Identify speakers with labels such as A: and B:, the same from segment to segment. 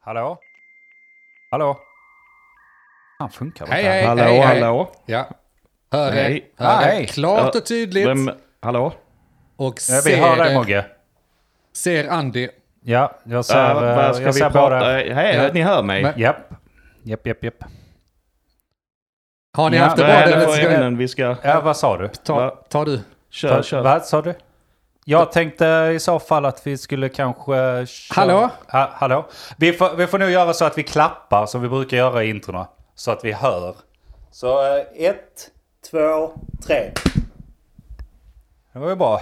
A: Hallå? Hallå? Han funkar väl
B: Hej,
A: inte?
B: hej,
C: Hallå,
B: hej, hej.
C: hallå.
B: Ja. Hör er,
C: Nej.
B: hör er
A: Nej.
B: klart
C: Ja,
B: och tydligt.
C: Vem, hallå?
B: Och
A: Ja, vi hör dig
B: ser,
A: Mogge.
B: ser Andy.
A: Ja, jag ser,
C: Äh,
A: eh,
C: vad ska
A: jag
C: vi
A: ser
C: prata? Eh,
A: bara...
C: Hej,
B: Ja.
C: ni hör mig.
B: Men-
A: Japp. Japp, japp, japp.
B: Har ni
A: Ja,
B: haft det
C: Vad
B: bra?
C: är
B: Eller
C: det
B: ska
C: för
B: jag,
C: ämnen vi ska...
A: Ja, vad sa du?
B: ta, ta du.
C: Kör,
A: Ta-
C: kör.
A: Vad sa du? Jag tänkte i så fall att vi skulle kanske... Köra.
B: Hallå?
A: Ha, hallå? Vi får, vi får nog göra så att vi klappar som vi brukar göra i introna. Så att vi hör. Så eh, ett, två, tre. Det var ju bra.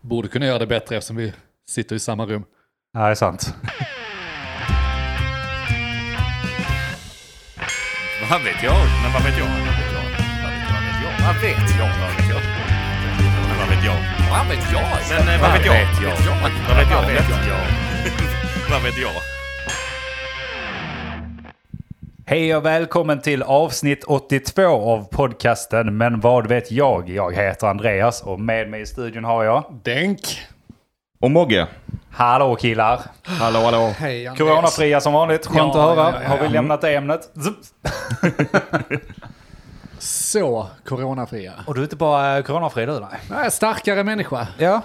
B: Borde kunna göra det bättre eftersom vi sitter i samma rum.
A: Ja, det är sant.
D: Vad vet jag? Men vad vet jag? Vad vet jag? Vad vet jag? Vad vet jag? Men vad vet jag? Vad vet jag? Men eh, vad vet jag? Vad vet jag? Vad vet jag? Vad vet jag?
A: Hej och välkommen till avsnitt 82 av podcasten Men vad vet jag? Jag heter Andreas och med mig i studion har jag...
B: Denk.
C: Och Mogge.
A: Hallå killar!
C: Hallå, hallå.
B: Hej Andreas.
A: Coronafria som vanligt, skönt
B: Ja,
A: att höra.
B: ja, ja,
A: Har vi
B: ja.
A: lämnat det ämnet? Zup.
B: Så coronafria.
A: Och du är inte bara eh, coronafri du nej?
B: Jag är starkare människa.
A: Ja,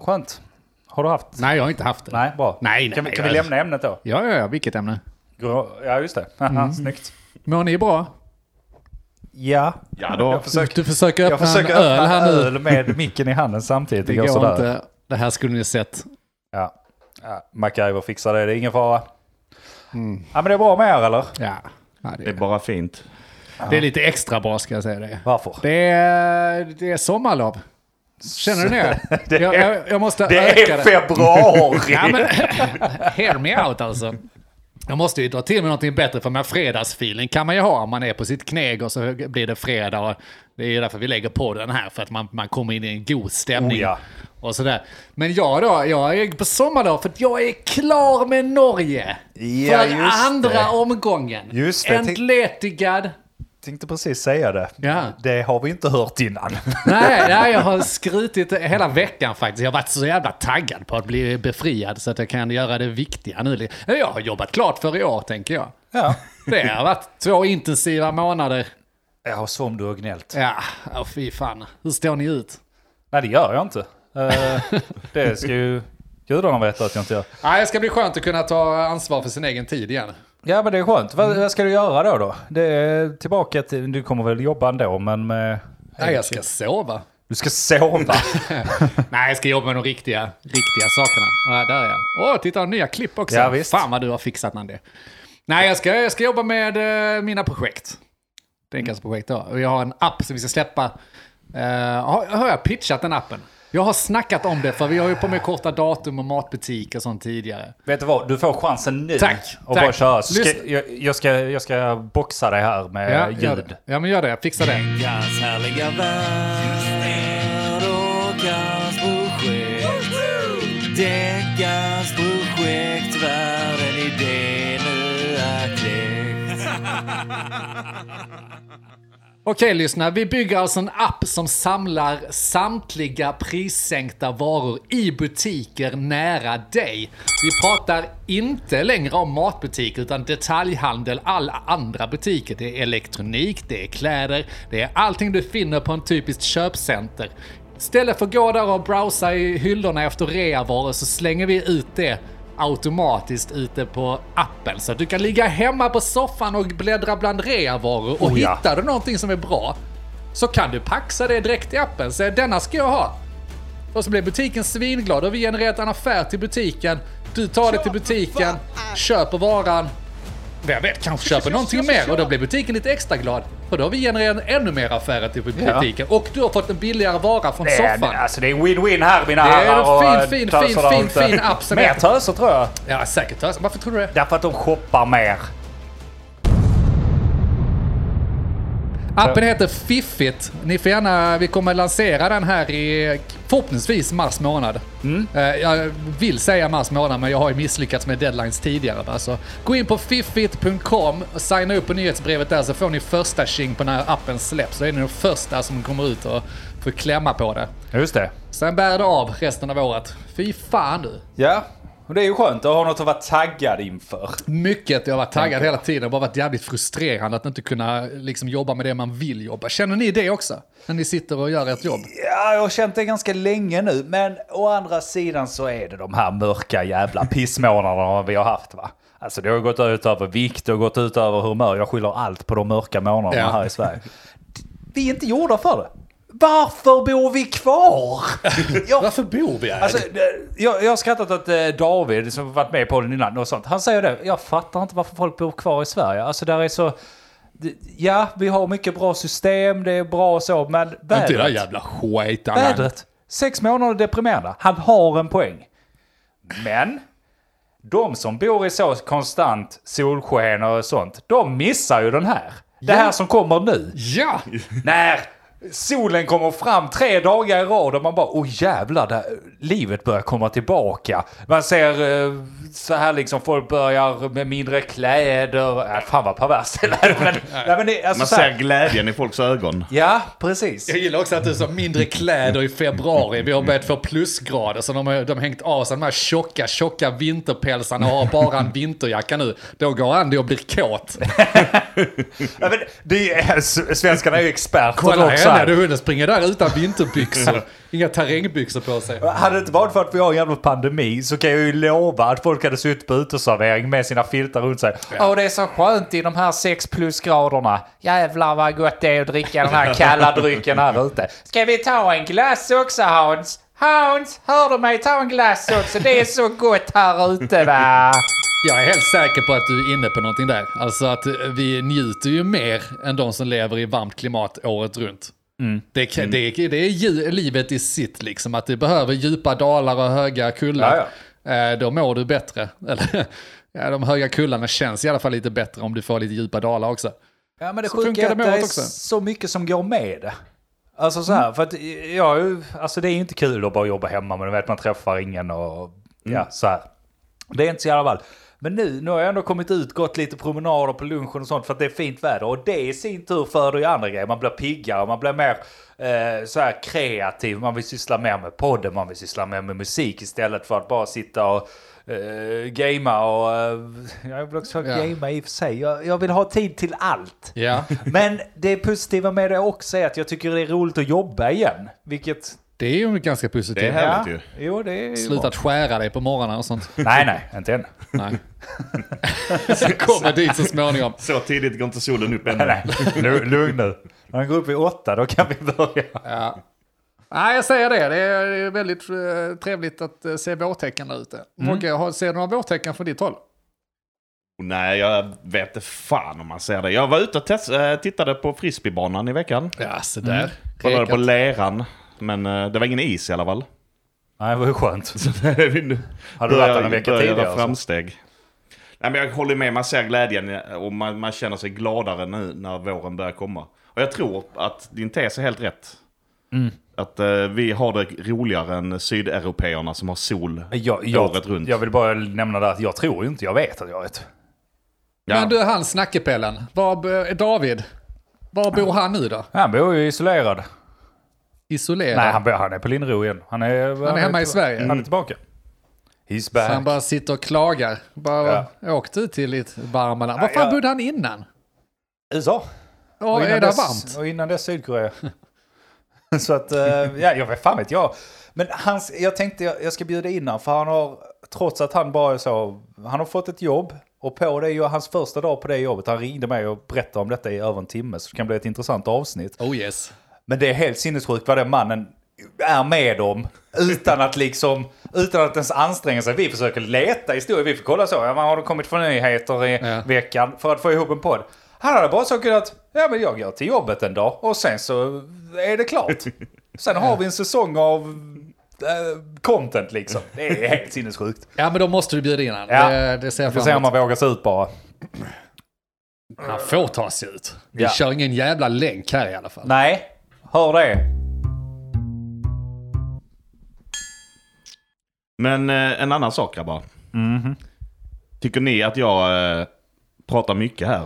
A: skönt. Har du haft?
B: Nej, jag har inte haft det.
A: Nej, alltså. bra.
B: Nej, nej,
A: kan vi, kan vi
B: jag-
A: lämna ämnet då?
B: Ja, ja, ja. Vilket ämne?
A: Gro- Ja, just det. Snyggt.
B: Mår ni bra?
A: Mm. Ja,
C: Ja då.
A: jag försöker,
B: Du försöker öppna
A: jag försöker
B: en öl
A: öppna
B: här nu.
A: öl med micken i handen samtidigt.
B: Det
A: Det går
B: går
A: sådär.
B: inte. Det här skulle ni sett.
A: Ja. ja, MacGyver fixar det, det är ingen fara. Ja, men det är bra med er eller?
B: Ja. Ja,
C: Det är
B: det,
C: bara fint.
B: det är lite extra bra ska jag säga det.
A: Varför?
B: Det är, det är sommarlov. Känner du det?
A: Det är-
B: jag, jag, jag måste
A: Det
B: öka
A: är
B: det.
A: februari!
B: Ja, men, hear me out alltså. Jag måste ju dra till med någonting bättre för med fredagsfilen kan man ju ha om man är på sitt knäg och så blir det fredag. Och det är ju därför vi lägger på den här för att man, man kommer in i en god stämning.
A: Oh, ja.
B: Och sådär. Men jag då, jag är på sommarlov för att jag är klar med Norge.
A: Ja,
B: för
A: just
B: andra
A: det.
B: omgången.
A: Just det.
B: Entledigad.
A: Tänkte precis säga det.
B: Ja.
A: Det har vi inte hört innan.
B: Nej, nej, jag har skrutit hela veckan faktiskt. Jag har varit så jävla taggad på att bli befriad så att jag kan göra det viktiga nu. Jag har jobbat klart för i år, tänker jag.
A: Ja.
B: Det har varit två intensiva månader.
A: Ja, som du har gnällt.
B: Ja, oh, fy fan. Hur står ni ut?
A: Nej, det gör jag inte. Eh, det ska ju gudarna veta att jag inte gör.
B: Nej, det ska bli skönt att kunna ta ansvar för sin egen tid igen.
A: Ja, men det är skönt. Vad, vad ska du göra då? då? Det är tillbaka till, du kommer väl jobba ändå, men... Med,
B: Nej, jag ska sova.
A: Du ska sova.
B: Nej, jag ska jobba med de riktiga, riktiga sakerna. Ja, där är jag. Åh, titta, nya klipp också.
A: Ja, visst.
B: Fan vad du har fixat, Nandi. Nej, jag ska, jag ska jobba med eh, mina projekt. Dreamcast-projekt då. Och jag har en app som vi ska släppa. Eh, har, har jag pitchat den appen? Jag har snackat om det, för vi har ju på med korta datum och matbutik och sånt tidigare.
A: Vet du vad? Du får chansen nu.
B: Tack,
A: Och
B: tack.
A: bara köra. Så Ska,
B: Lyssna.
A: jag, jag, ska, jag ska boxa dig här med
B: gör
A: ljud.
B: det. Eh, Ja, men gör det. Jag fixar det.
E: Veckans härliga värld och hans projekt. Deckans projekt, världen i det nu är kläckt.
B: Okej, lyssna. Vi bygger alltså en app som samlar samtliga prissänkta varor i butiker nära dig. Vi pratar inte längre om matbutik utan detaljhandel, alla andra butiker. Det är elektronik, det är kläder, det är allting du finner på en typiskt köpcenter. Istället för att gå där och browsa i hyllorna efter reavaror så slänger vi ut det automatiskt ute på appen. Så att du kan ligga hemma på soffan och bläddra bland reavaror och
A: Oh ja.
B: hittar du någonting som är bra så kan du paxa det direkt i appen. Säg denna ska jag ha. Och så blir butiken svinglad och vi genererar en affär till butiken. Du tar det till butiken, köper varan. Vem vet, kanske köper någonting mer och då blir butiken lite extra glad. För då har vi genererat ännu mer affärer till butiken och du har fått en billigare vara från
A: Det är, en-
B: soffan.
A: alltså det är en win-win här mina
B: Det är en
A: herrar. och,
B: fin,
A: eh,
B: fin,
A: töser
B: fin,
A: där
B: fin,
A: ute.
B: fin app som
A: Mer
B: heter-
A: töser tror jag.
B: Ja, säkert. tös. Varför tror du det?
A: Därför att de shoppar mer.
B: Appen heter Fiffigt. Ni får gärna, vi kommer lansera den här i förhoppningsvis mars månad. Eh, Jag vill säga mars månad, men jag har ju misslyckats med deadlines tidigare. va. Så gå in på fiffigt.com och signa upp på nyhetsbrevet där så får ni första tjing på när appen släpps. Så är ni de första som kommer ut och får klämma på det.
A: Just det.
B: Sen bär det av resten av året. Fy fan du.
A: Ja, och det är ju skönt att ha något att vara taggad inför.
B: Mycket jag har varit taggad hela tiden och bara varit jävligt frustrerande att inte kunna liksom, jobba med det man vill jobba. Känner ni det också? När ni sitter och gör ert jobb?
A: Ja, jag har känt det ganska länge nu, men å andra sidan så är det de här mörka jävla pissmånaderna vi har haft va. Alltså det har gått ut över vikt och gått ut över humör. Jag skyller allt på de mörka månaderna
B: Ja.
A: här i Sverige. Vi är inte gjorda för det. Varför bor vi kvar? Jag
B: Varför bor vi här?
A: Alltså, det- jag, jag har skrattat att eh, David, som varit med på den innan och sånt, han säger det. Jag fattar inte varför folk bor kvar i Sverige. Alltså där är så... det- Ja, vi har mycket bra system, det är bra och så, men
B: inte det där
A: vädret.
B: jävla skiten.
A: Vädret. Sex månader deprimerande. Han har en poäng. Men, de som bor i så konstant solsken och sånt, de missar ju den här. Det här som kommer nu.
B: Ja!
A: När solen kommer fram tre dagar i rad och man bara åh jävlar, där, livet börjar komma tillbaka. Man ser eh, så här liksom folk börjar med mindre kläder. Äh, fan vad perverst det lät. men, nej, men det, alltså,
C: Man
A: så här,
C: ser glädjen i folks ögon.
A: Ja, precis.
B: Jag gillar också att du sa mindre kläder i februari. Vi har börjat få plusgrader så de har de har hängt av sig de här tjocka, tjocka vinterpälsarna och har bara en vinterjacka nu. Då går Andy och blir kåt.
A: Ja, men, det är, s- svenskarna är ju experter
B: Kolla
A: också.
B: henne,
A: här.
B: du hunden springer där utan vinterbyxor. Inga terrängbyxor på sig.
A: Hade det inte varit för att vi har en jävla pandemi så kan jag ju lova att folk hade suttit på uteservering med sina filtar runt sig. Åh, det är så skönt i de här 6 plusgraderna. Jävlar vad gott det är att dricka den här kalla drycken här ute. Ska vi ta en glass också Hans? Hans, hör du mig? Ta en glass också. Det är så gott här ute va?
B: Jag är helt säker på att du är inne på någonting där. Alltså att eh, vi njuter ju mer än de som lever i varmt klimat året runt.
A: Mm.
B: Det, kan- det, det är ju livet i sitt liksom, att du behöver djupa dalar och höga kullar.
A: Ja,
B: Eh, Då mår du bättre. Eller, ja, de höga kullarna känns i alla fall lite bättre om du får lite djupa dalar också.
A: Ja, men det
B: Så
A: sjuka
B: funkar
A: är
B: det
A: att
B: med
A: det
B: året
A: är
B: också. Mm.
A: så mycket som går med det. Alltså så här, för att jag, är ju- alltså det är ju inte kul att bara jobba hemma, men du vet man träffar ingen och
B: Mm.
A: ja, så här. Det är inte så jävla ball. Men nu, nu har jag ändå kommit ut, gått lite promenader på lunchen och sånt för att det är fint väder. Och det i sin tur föder ju andra grejer. Man blir piggare, man blir mer eh, så här kreativ, man vill syssla mer med podden, man vill syssla mer med musik istället för att bara sitta och eh, gamea och... Eh, jag vill också
B: Ja.
A: gamea i och för sig. Jag, jag vill ha tid till allt.
B: Ja,
A: Men det positiva med det också är att jag tycker det är roligt att jobba igen. Vilket...
B: det är ju ganska
C: Det är
B: positivt.
C: härligt ju.
A: Jo, det är ju
B: Sluta att skära dig på morgonen och sånt.
A: bra. Nej, nej, inte än.
B: Nej. Jag kommer dit så småningom.
C: Så tidigt går inte solen upp ännu.
A: Nej, lu- lugn nu. När den går upp i åtta, då kan vi börja.
B: Ja. Nej, jag säger det. Det är väldigt eh, trevligt att eh, se vårtecken där ute. Mogge, har- ser du några vårtecken från ditt håll?
C: Nej, jag vet inte fan om man ser det. Jag var ute och test, eh, tittade på frisbeebanan i veckan.
B: Ja, se där. Mm.
C: Kollade på leran. Men eh, det var ingen is i alla fall.
A: Nej, det var ju skönt.
C: Har
A: du varit där en vecka tidigare, alltså?
C: framsteg. Nej, men jag håller med, man ser glädjen och man, man känner sig gladare nu när våren börjar komma. Och jag tror att din tes är helt rätt.
B: Mm.
C: Att eh, vi har det roligare än sydeuropeerna som har sol
A: Jag, jag,
C: året runt.
A: jag vill bara nämna det att jag tror ju inte, jag vet att jag vet.
C: ja.
B: Men du, han snackepellen. Var, b- David, var bor han nu då?
A: Han bor ju isolerad.
B: Isolerad?
A: Nej, han, bor, han är på Linnero igen. Han är, han
B: hemma i Sverige.
A: Han är tillbaka. He's
B: Så han
A: back.
B: bara sitter och klagar. Bara åkt ut till lite varma land. Var fan bodde han innan?
A: USA.
B: Ja, är det
A: dess,
B: varmt?
A: Och innan dess Sydkorea. så att, eh, ja, jag vet fan vet jag. Men hans, jag tänkte jag, jag ska bjuda in honom, för han har, trots att han bara är så, han har fått ett jobb. Och på det, hans första dag på det jobbet, han ringde mig och berättade om detta i över en timme, så det kan bli ett intressant avsnitt.
B: Oh yes.
A: Men det är helt sinnessjukt vad den mannen är med om. Utan att liksom, utan att ens anstränga sig. Vi försöker leta historier, vi får kolla så. Ja, vad har det kommit för nyheter i
B: Ja.
A: veckan för att få ihop en podd? Han hade bara så kunnat, ja men jag går till jobbet en dag och sen så är det klart. Sen har vi en säsong av eh, content liksom. Det är helt sinnessjukt.
B: Ja, men då måste du bjuda in han.
A: Ja.
B: Det, det ser jag
A: Vi får se
B: fram
A: om
B: emot.
A: man vågar sig ut bara.
B: Han får ta sig ut. Vi
A: Ja.
B: kör ingen jävla länk här i alla fall.
A: Nej, hör det.
C: Men eh, en annan sak grabbar.
B: Mhm.
C: Tycker ni att jag eh, pratar mycket här?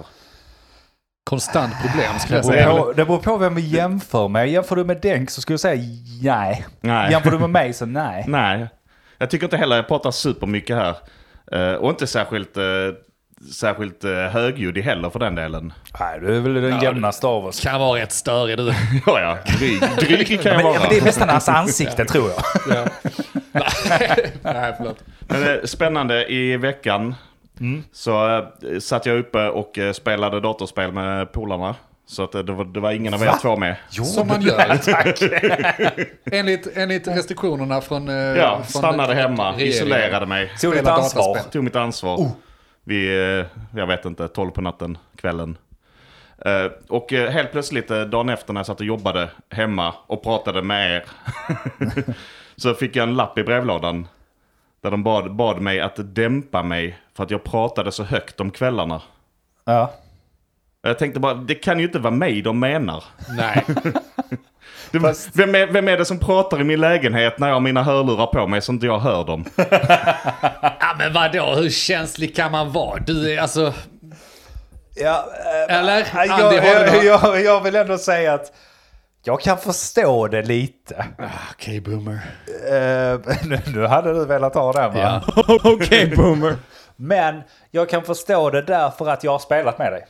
B: Konstant problem skulle jag
A: Det
B: säga.
A: beror, det beror på vem vi jämför med. Jämför du med Denk så skulle jag säga nej.
C: Nej.
A: Jämför du med mig så nej.
C: Nej, jag tycker inte heller jag pratar supermycket här. Eh, och inte särskilt, eh, särskilt eh, högljudd heller för den delen.
A: Nej, du är väl den jämnaste av oss.
B: Kan vara rätt störig du.
C: Ja, ja. Dryg, dryg kan jag
A: Men,
C: vara.
A: men det är nästan hans ansikte tror jag.
B: Nej, förlåt.
C: Men eh, spännande, i veckan
A: Mm.
C: så eh, satt jag uppe och eh, spelade datorspel med polarna. Så att eh, det, var, det var ingen av er två med.
B: Som man gör. enligt, enligt restriktionerna från... eh,
C: Ja,
B: från
C: stannade hemma,
B: regeringen.
C: isolerade mig,
A: Tog ditt
B: Hela
A: ansvar.
B: dataspel.
C: tog mitt ansvar. Vid, eh, jag vet inte, 12 på natten, kvällen. Eh, Och eh, helt plötsligt eh, dagen efter när jag satt och jobbade hemma och pratade med er. så fick jag en lapp i brevlådan. Där de bad, bad mig att dämpa mig för att jag pratade så högt om kvällarna.
A: Ja.
C: Jag tänkte bara, det kan ju inte vara mig de menar.
B: Nej,
C: Det, vem, är, vem är det som pratar i min lägenhet när jag har mina hörlurar på mig så inte jag hör dem?
B: ja, men vadå? Hur känslig kan man vara? Du är alltså...
A: Ja, eh,
B: Eller?
A: jag,
B: Andy, har du något?
A: jag, jag, jag vill ändå säga att jag kan förstå det lite.
B: Okej, boomer.
A: Eh, nu, nu hade du velat ha den va?
B: Ja.
F: Okej, boomer.
A: Men jag kan förstå det därför att jag har spelat med dig.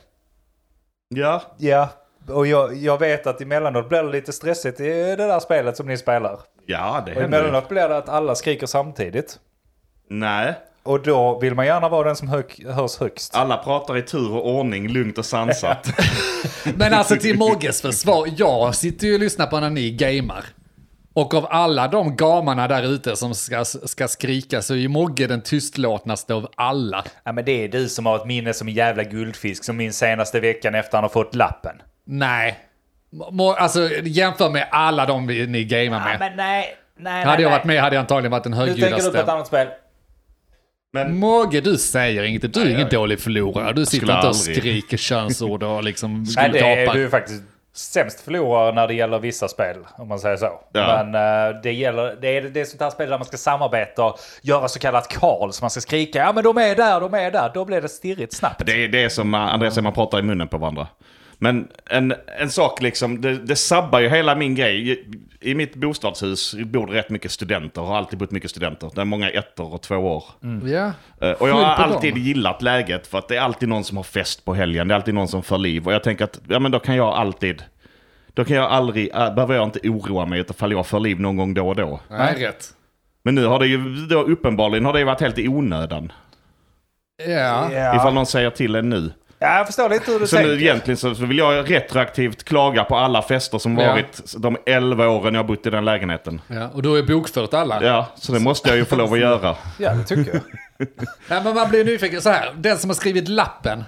C: Ja,
A: Ja, och jag, jag vet att emellanåt blir det lite stressigt i det där spelet som ni spelar.
C: ja det
A: Och
C: händer ju.
A: emellanåt blir det att alla skriker samtidigt.
C: Nej,
A: Och då vill man gärna vara den som hög, hörs högst.
C: alla pratar i tur och ordning, lugnt och sansat.
B: Men alltså till Mogges försvar, jag sitter ju och lyssnar på när ni gamer. Och av alla de gamarna där ute som ska, ska skrika så är ju Mogge den tystlåtnaste av alla.
A: Ja, men det är du som har ett minne som en jävla guldfisk som min senaste veckan efter han har fått lappen.
B: Nej. Mo, alltså jämför med alla de vi- ni gamer med.
A: men nej, nej,
B: hade jag varit med hade jag antagligen varit den
A: Nu tänker du på ett
B: högljuddaste.
A: annat spel.
B: Mogge, du säger inget. Du är ingen dålig förlorare. Du sitter
C: skulle
B: inte och
C: aldrig.
B: skriker könsord och liksom
A: Nej, det är,
B: gapar.
A: du är faktiskt sämst förlorare när det gäller vissa spel, om man säger så.
C: Ja.
A: Men eh, det, gäller, det är det är sånt här spel där man ska samarbeta och göra så kallat call, så man ska skrika ja men de är där, de är där. Då blir det stirrigt snabbt.
C: Det är det är som man- Andreas säger, man pratar i munnen på varandra. Men en, en sak liksom, det, det sabbar ju hela min grej. I, I mitt bostadshus bor det rätt mycket studenter, har alltid bott mycket studenter. Det är många ettor och tvåor.
B: Ja.
C: Eh, Och jag har
B: Mm. Skyll på
C: alltid
B: dem.
C: gillat läget för att det är alltid någon som har fest på helgen. Det är alltid någon som för liv. Och jag tänker att, ja men då kan jag alltid, då kan jag aldrig, äh, behöver jag inte oroa mig utifall jag för liv någon gång då och då.
B: Nej, rätt.
C: Men nu har det ju, då uppenbarligen har det ju varit helt i onödan.
B: Ja.
C: Ifall någon säger till en nu.
A: Ja, jag förstår lite hur du
C: Så nu
A: tänker.
C: egentligen så så vill jag retroaktivt klaga på alla fester som
B: Ja.
C: varit de 11 åren jag har bott i den lägenheten.
B: ja. Och då är bokfört alla.
C: Ja, så det måste jag ju få lov att göra.
A: Ja, det tycker jag.
B: Nej, men man blir nyfiken. Så här, den som har skrivit lappen,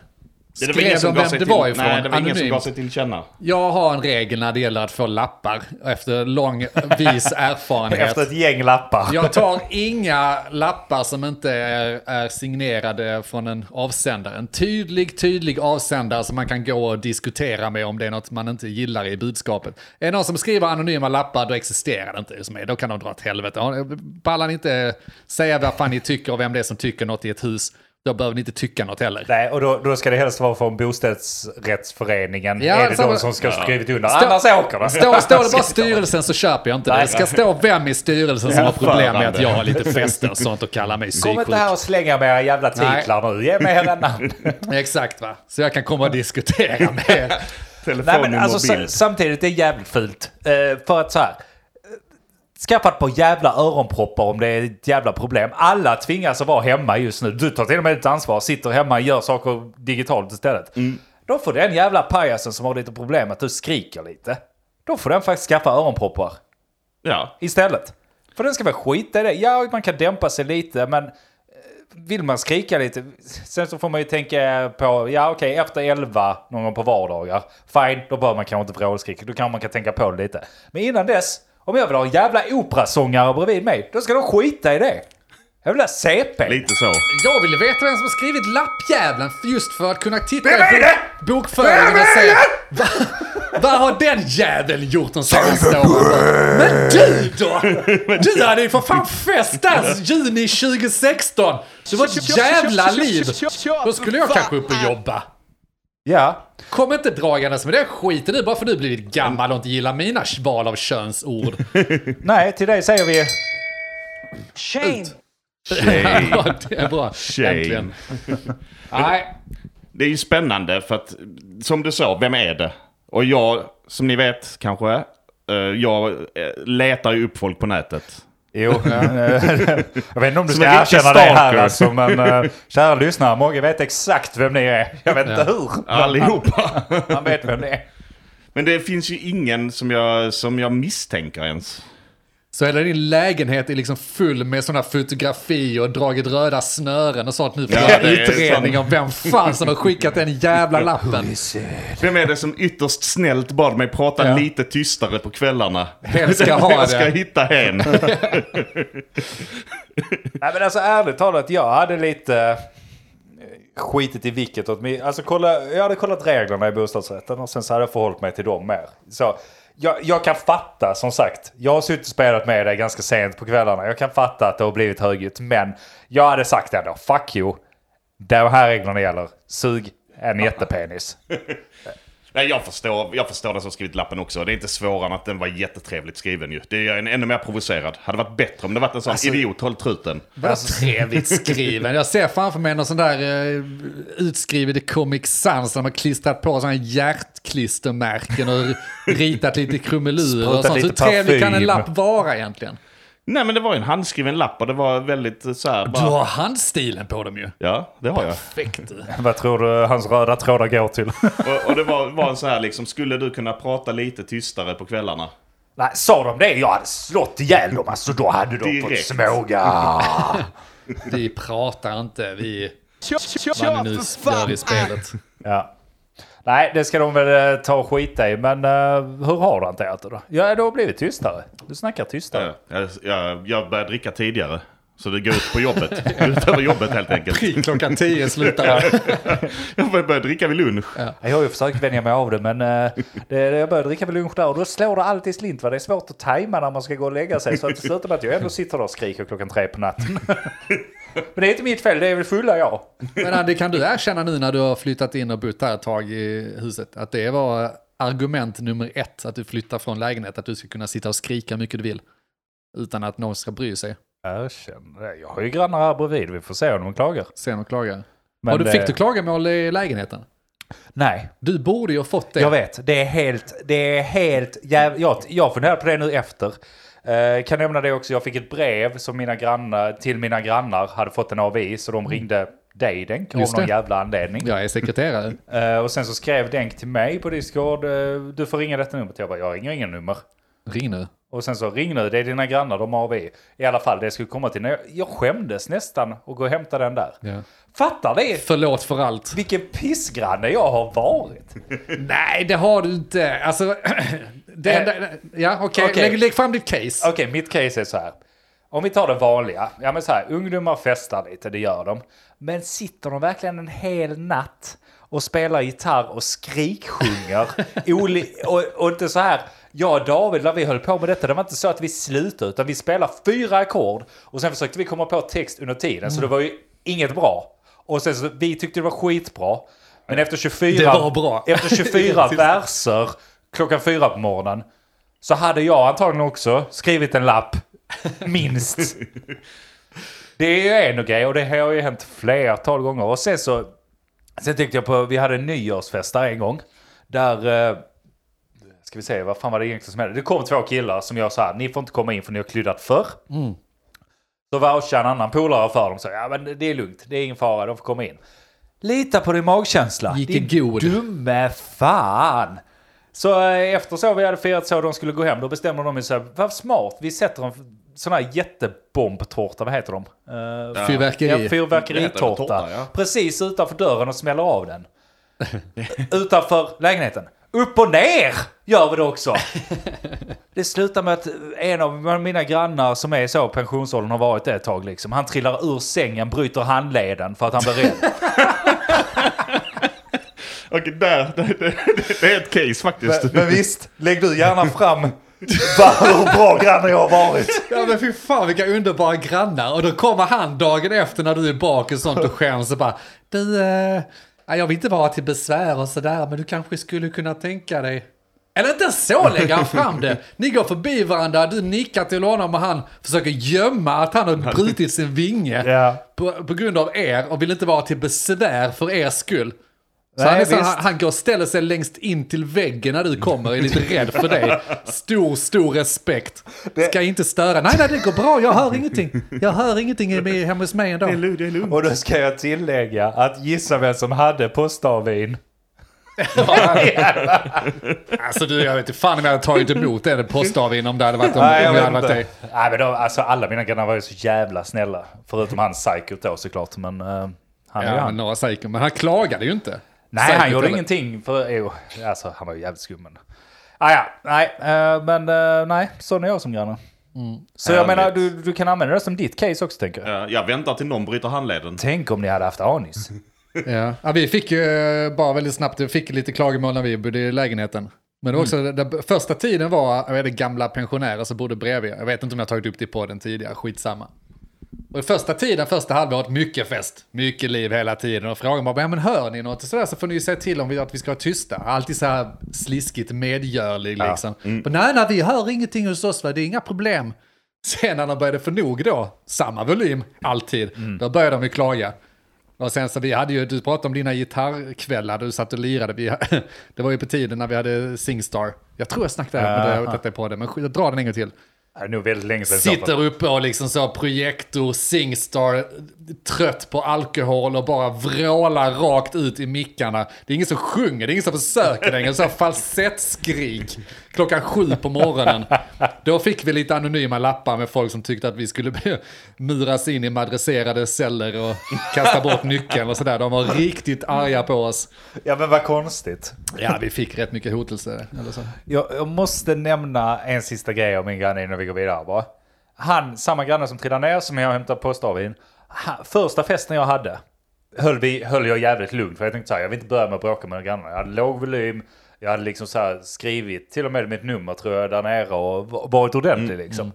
B: skrev de vem det
C: till,
B: var ifrån?
C: nej, det var ingen som
B: anonymt.
C: gav sig till känna.
B: Jag har en regel när det gäller att få lappar efter lång vis erfarenhet.
A: Efter ett gäng lappar.
B: Jag tar inga lappar som inte är, är signerade från en avsändare. En tydlig, tydlig avsändare som man kan gå och diskutera med om det är något man inte gillar i budskapet. Är det någon som skriver anonyma lappar, då existerar det inte hos mig. Då kan de dra åt helvete. Har- Pallar ni inte säga vad fan ni tycker och vem det är som tycker något i ett hus, då behöver ni inte tycka något heller.
A: Nej, och då, då ska det helst vara från bostadsrättsföreningen.
B: Ja,
A: är det
B: samma-
A: de som ska ha skrivit under? Annars åker det.
B: Står, står det bara styrelsen så köper jag inte det. Det ska stå vem i styrelsen som har problem med att jag har lite fester och sånt och kallar mig
A: Kom
B: psyksjuk.
A: inte här och slänga med era jävla titlar nu. Ge mig era namn.
B: Exakt va? Så jag kan komma och diskutera med er.
A: Nej,
C: Telefonnummer
A: men
C: och
A: alltså, sa-
C: bild.
A: samtidigt, det är jävligt fult. Eh, för att så här, eh, skaffa ett par jävla öronproppar om det är ett jävla problem. Alla tvingas att vara hemma just nu. Du tar till och med ditt ansvar, sitter hemma och gör saker digitalt istället. Då får den jävla pajasen som har lite problem att du skriker lite. Då får den faktiskt skaffa öronproppar
C: Ja.
A: istället. För den ska väl skita i det. Ja, man kan dämpa sig lite, men eh, vill man skrika lite, sen så får man ju tänka på, ja okej, efter 11 någon gång på vardagar, fine, då bör man kanske inte vrålskrika, då kanske man kan tänka på det lite. Men innan dess, om jag vill ha en jävla operasångare bredvid mig, då ska de skita i det. Jävla CP!
C: Lite så.
B: Jag vill veta vem som har skrivit lappjäveln för- just för att kunna titta
A: Vem är
B: i
A: det?
B: bok, bokföringen och säga vad, vad har den jäveln gjort de senaste åren? Men du då? Du hade ju för fan fest där juni 2016! Så det var ett jävla liv! Då skulle jag kanske upp och jobba.
A: Ja.
B: Kom inte dragandes med den skiten nu bara för du blivit gammal och inte gillar mina val av könsord.
A: Nej, till dig säger vi...
E: Shane!
B: Ja, det är bra. Äntligen. Nej,
C: Det är ju spännande för att, som du sa, vem är det? Och jag, som ni vet kanske, eh, jag eh, letar ju upp folk på nätet.
A: Jo, jag vet inte om du ska
C: en riktig
A: erkänna det här
C: stalker.
A: alltså, men eh, kära lyssnare, Mogge vet exakt vem ni är. Jag vet inte hur.
C: Allihopa.
A: Han vet vem det är.
C: Men det finns ju ingen som jag, som jag misstänker ens.
B: Så hela din lägenhet är liksom full med sådana fotografier och dragit röda snören och sånt nu för
C: Ja,
B: att göra
C: det är
B: utredning
C: sant.
B: om vem fan som har skickat den jävla lappen.
C: Vem är det som ytterst snällt bad mig prata
B: Ja.
C: lite tystare på kvällarna?
B: Vem ska ha
C: Vem ska
B: det?
C: hitta hen?
A: Nej men alltså ärligt talat, jag hade lite eh, skitit i vilket. åt mig. Alltså, kolla, jag hade kollat reglerna i bostadsrätten och sen så hade jag förhållit mig till dem mer. Så, jag, jag kan fatta, som sagt, jag har suttit och spelat med dig ganska sent på kvällarna. Jag kan fatta att det har blivit högljutt, men jag hade sagt ändå, fuck you. De här reglerna gäller. Sug en jättepenis.
C: Nej, jag förstår, jag förstår den som skrivit lappen också. Det är inte svårare än att den var jättetrevligt skriven ju. Det är jag ännu mer provocerad. Hade varit bättre om det varit en sån
B: Alltså-
C: idiot, håll truten.
B: Vad
A: Alltså,
B: trevligt skriven. Jag ser framför mig någon sån där eh, utskriven i Comic Sans där de har klistrat på sådana här hjärtklistermärken och ritat lite krumelurer
A: Sprutat
B: och sånt. Hur
A: lite
B: trevlig kan
A: parfym.
B: en lapp vara egentligen?
C: Nej, men det var ju en handskriven lapp och det var väldigt eh, så här,
B: Du
C: bara...
B: har handstilen på dem ju.
C: Ja, det har jag.
B: Perfekt. du.
A: Vad tror du hans röda trådar går till?
C: Och, och det var, var en så här liksom, skulle du kunna prata lite tystare på kvällarna?
A: Nej, sa de det? Jag hade slått ihjäl dem. Alltså då hade de fått
C: Direkt.
A: småga.
B: Vi pratar inte, vi... Vad ni nu gör i spelet.
A: Ja. Nej, det ska de väl eh, ta och skita i. Men eh, hur har du hanterat det då? Ja, det har blivit tystare. Du snackar tystare.
C: Ja, Jag, jag, jag började dricka tidigare. Så det går ut på jobbet. Det går ut över jobbet helt enkelt.
B: Prick klockan tio slutar jag.
C: Jag började dricka vid lunch.
A: Jag har ju försökt vänja mig av det, men eh, det, det- jag började dricka vid lunch där och då slår det alltid slint. Va? Det är svårt att tajma när man ska gå och lägga sig. Så att det slutar med att jag ändå sitter där och skriker klockan tre på natten. men det är inte mitt fel, det är väl fulla jag.
B: Men Andy, kan du erkänna nu när du har flyttat in och bott här ett tag i huset att det var argument nummer ett att du flyttar från lägenhet, att du ska kunna sitta och skrika hur mycket du vill utan att någon ska bry sig.
A: Erkänn det. Jag har ju grannar här bredvid. Vi får se om de klagar.
B: Sen och klaga. eh,
A: Men
B: har du,
A: det-
B: fick du klagomål i lägenheten?
A: Nej,
B: Du borde ju ha fått det.
A: Jag vet, det är helt, det är helt jäv... jag, jag funderar på det nu efter. Eh, kan nämna det också, jag fick ett brev som mina grannar, till mina grannar hade fått en AVI, så de ringde dig Denk av
B: Mm. Just
A: någon
B: det.
A: jävla anledning.
B: Jag är sekreterare.
A: Eh, och sen så skrev Denk till mig på Discord, eh, du får ringa detta numret. Jag bara, jag ringer ingen nummer.
B: Ring nu.
A: Och sen så ring nu, det är dina grannar, de har AVI. I alla fall, det skulle komma till när jag, jag skämdes nästan att gå och hämta den där.
B: Ja.
A: Fattar det?
B: Förlåt för allt.
A: Vilken pissgranne jag har varit.
B: Nej, det har du inte. Alltså, det,
A: Eh,
B: det, ja, okej.
A: okej.
B: Lägg, lägg fram ditt case.
A: Okej, mitt case är så här. Om vi tar det vanliga. Ja, men så här, ungdomar festar lite, det gör de. Men sitter de verkligen en hel natt och spelar gitarr och skriksjunger? Oli- och, och inte så här, jag och David, när vi höll på med detta, det var inte så att vi slutade, utan vi spelade fyra ackord och sen försökte vi komma på text under tiden,
B: Mm.
A: så det var ju inget bra. Och sen så, vi tyckte det var skitbra, men efter 24,
B: Det var bra.
A: Efter 24 verser klockan fyra på morgonen, så hade jag antagligen också skrivit en lapp, minst. Det är ju en grej och det har ju hänt flertal gånger. Och sen så, sen tänkte jag på, vi hade en nyårsfest där en gång. Där, eh, ska vi se, vad fan var det egentligen som hände? Det kom två killar som jag sa, ni får inte komma in för ni har klyddat förr.
B: Mm.
A: Så vouchade en annan polare för dem, så ja men det är lugnt, det är ingen fara, de får komma in. Lita på din magkänsla.
B: Gick
A: din
B: i god.
A: dumme fan. Så eh, efter så vi hade firat så de skulle gå hem, då bestämde de sig, vad smart, vi sätter en sån här jättebombtårta, vad heter de? Eh,
B: Fyrverkeri.
A: Ja, fyrverkeritårta.
C: Det heter väl tårta, ja.
A: Precis utanför dörren och smäller av den. utanför lägenheten. Upp och ner gör vi det också. Det slutar med att en av mina grannar som är så, pensionsåldern har varit det ett tag liksom. Han trillar ur sängen, bryter handleden för att han blir rädd.
C: Okej, där. Det, det, det, det är ett case faktiskt.
A: men, men visst, lägg du gärna fram bara hur bra granne jag har varit.
B: Ja men fy fan vilka underbara grannar. Och då kommer han dagen efter när du är bak och sånt och skäms och bara Du, eh, ja, jag vill inte vara till besvär och sådär men du kanske skulle kunna tänka dig. Eller inte ens så lägger han fram det. Ni går förbi varandra, du nickar till honom och han försöker gömma att han har brutit sin vinge.
A: Ja.
B: På, på grund av er och vill inte vara till besvär för er skull. Så
A: Nej,
B: han, är så,
A: visst.
B: han, han går och ställer sig längst in till väggen när du kommer, är lite rädd för dig. Stor, stor respekt. Ska inte störa. Nej, nej, det går bra. Jag hör ingenting. Jag hör ingenting i- hemma hos mig ändå.
C: lugnt, det är lugnt.
A: Och då ska jag tillägga att gissa vem som hade postavin.
B: Alltså du, jag vet inte fan om jag hade tagit emot den postavin om det hade varit, om, om
A: jag
B: jag
A: vet
B: hade varit
A: inte.
B: dig.
A: Nej, men de, alltså, alla mina grannar var ju så jävla snälla. Förutom han psykot då såklart. Men eh, han är ju
B: Ja, men
A: han.
B: några säkert. Men han klagade ju inte.
A: Nej,
B: Säkert,
A: han gjorde
B: eller?
A: ingenting. För, jo, alltså, han var ju jävligt skum. Men... Ah, ja, nej, eh, men eh, nej, sån är jag som granne. Så jag
C: Härligt.
A: menar, du, du kan använda det som ditt case också tänker jag.
C: Ja, Jag väntar till någon bryter handleden.
A: Tänk om ni hade haft anis.
B: Ja. ja, vi fick ju eh, bara väldigt snabbt, vi fick lite klagomål när vi bodde i lägenheten. Men det var också, den, den första tiden var, jag vet det gamla pensionärer som bodde bredvid. Jag vet inte om jag tagit upp det på den tidigare, skitsamma. Och den första tiden, första halvåret, mycket fest, mycket liv hela tiden. Och frågan bara, ja men hör ni något? Sådär, så får ni ju säga till om vi, att vi ska vara tysta. Alltid så här sliskigt medgörlig liksom. Men nej, nej, vi hör ingenting hos oss, va? det är inga problem. Sen när de började få nog då, samma volym, alltid, då började de ju klaga. Och sen så vi hade ju, du pratade om dina gitarrkvällar, du satt och lirade. Vi, det var ju på tiden när vi hade Singstar. Jag tror jag snackade med dig, jag har inte på det, men jag drar den en gång till.
A: Det är nog väldigt länge sedan. i så fall.
B: Sitter uppe och liksom så projektor, Singstar, trött på alkohol och bara vrålar rakt ut i mickarna. Det är ingen som sjunger, det är ingen som försöker längre. Så här falsettskrik klockan sju på morgonen. Då fick vi lite anonyma lappar med folk som tyckte att vi skulle be- muras in i madresserade celler och kasta bort nyckeln och sådär. De var riktigt arga på oss.
A: Ja, men vad konstigt.
B: Ja, vi fick rätt mycket hotelse. Eller så.
A: Jag, jag måste nämna en sista grej om min granne innan vi går vidare bara. Han, samma granne som trillade ner, som jag hämtade post av in. Han, första festen jag hade höll, vi, höll jag jävligt lugn. För jag tänkte så här, jag vill inte börja med att bråka med grannarna. Jag hade låg volym, jag hade liksom så här skrivit till och med mitt nummer tror jag där nere och va- varit ordentlig liksom.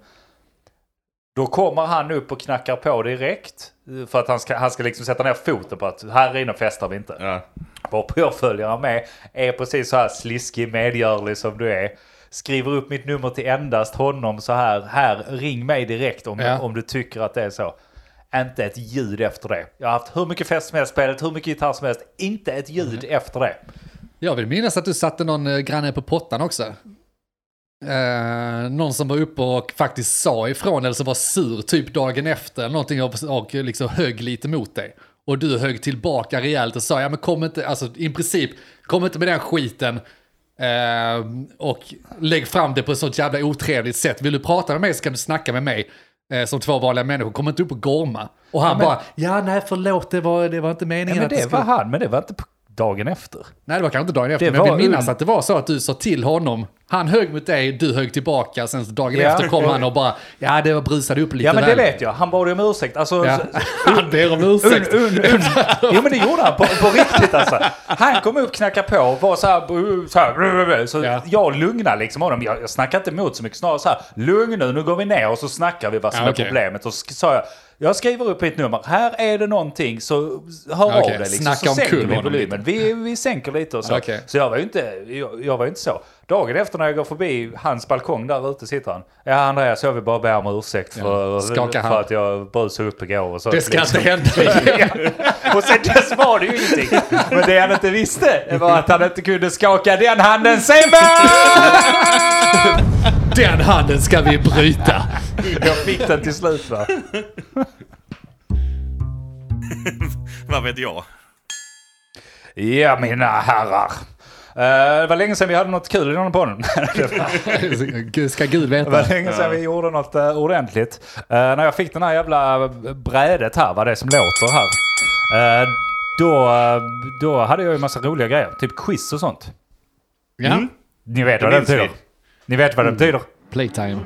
A: Då kommer han upp och knackar på direkt. För att han ska, han ska liksom sätta ner foten på att här inne festar vi inte.
C: Ja.
A: Varpå jag följer han med, är precis så här sliskig medgörlig som du är. Skriver upp mitt nummer till endast honom så här. Här, ring mig direkt om,
B: Ja.
A: om du tycker att det är så. Inte ett ljud efter det. Jag har haft hur mycket fest som helst, spelat hur mycket gitarr som helst. Inte ett ljud efter det.
B: Jag vill minnas att du satte någon eh, granne på pottan också. Eh, någon som var uppe och faktiskt sa ifrån eller som var sur typ dagen efter eller någonting och, och liksom högg lite mot dig. Och du högg tillbaka rejält och sa ja men kom inte, alltså i princip, kom inte med den skiten. Eh, och lägg fram det på ett sånt jävla otrevligt sätt. Vill du prata med mig så kan du snacka med mig. Eh, som två vanliga människor, kom inte upp och gorma. Och han bara, ja nej förlåt det var, det var inte meningen
A: Nej, men
B: att
A: det
B: skulle-
A: var han, men det var inte på dagen efter.
B: Nej, det var kanske inte dagen efter,
A: Det
B: men jag
A: var
B: vill minnas
A: un-
B: att det var så att du sa till honom. Han högg mot dig, du högg tillbaka, sen dagen
A: Ja.
B: efter kom han och bara, ja det var brusade upp lite
A: Ja men det
B: väl."
A: vet jag, han bad ju om ursäkt. Alltså,
B: Ja.
A: så-
B: Han ber om
A: Un,
B: ursäkt.
A: un, un. Jo men det gjorde han på, på riktigt alltså. Han kom upp, knackade på och var så här... bu- Så, här, bu- bu- bu. så
B: Ja.
A: jag lugnade liksom honom. Jag, jag snackade inte emot så mycket. Snarare så här, lugn nu, nu går vi ner och så snackar vi vad som
B: Ja,
A: är
B: okej.
A: problemet. Och så sk- sa jag, jag skriver upp mitt nummer. Här är det någonting så hör
B: Ja,
A: av dig.
B: okej.
A: Liksom,
B: Snacka
A: så
B: om
A: sänker
B: kul
A: vi
B: honom
A: volymen. Vi, vi sänker lite och så.
B: Ja, okej.
A: Så jag var ju inte, jag, jag var ju inte så. Dagen efter när jag går förbi hans balkong där ute sitter han. Ja Andreas, jag vill bara be om ursäkt för,
B: Ja, skaka hand.
A: för att jag brusade upp igår. Och så
B: Det ska
A: liksom-
B: inte hända igen.
A: och sen dess var det ju ingenting. Men det han inte visste det var att han inte kunde skaka den handen sen.
B: Den handen ska vi bryta.
A: Jag fick den till slut va.
D: Vad vet jag?
A: Ja mina herrar. Eh, det var länge sedan vi hade något kul i den här podden.
B: Gud, ska Gud
A: Det var
B: veta.
A: länge sedan vi gjorde något eh, ordentligt. Eh, när jag fick den här jävla eh, brädet här, vad det är som låter här. eh, då, eh, då hade jag ju en massa roliga grejer. Typ quiz och sånt.
B: Ja.
A: Ni vet vad
C: Det
A: det Mm.
C: minns vi.
A: betyder. Ni vet vad det betyder.
B: Playtime.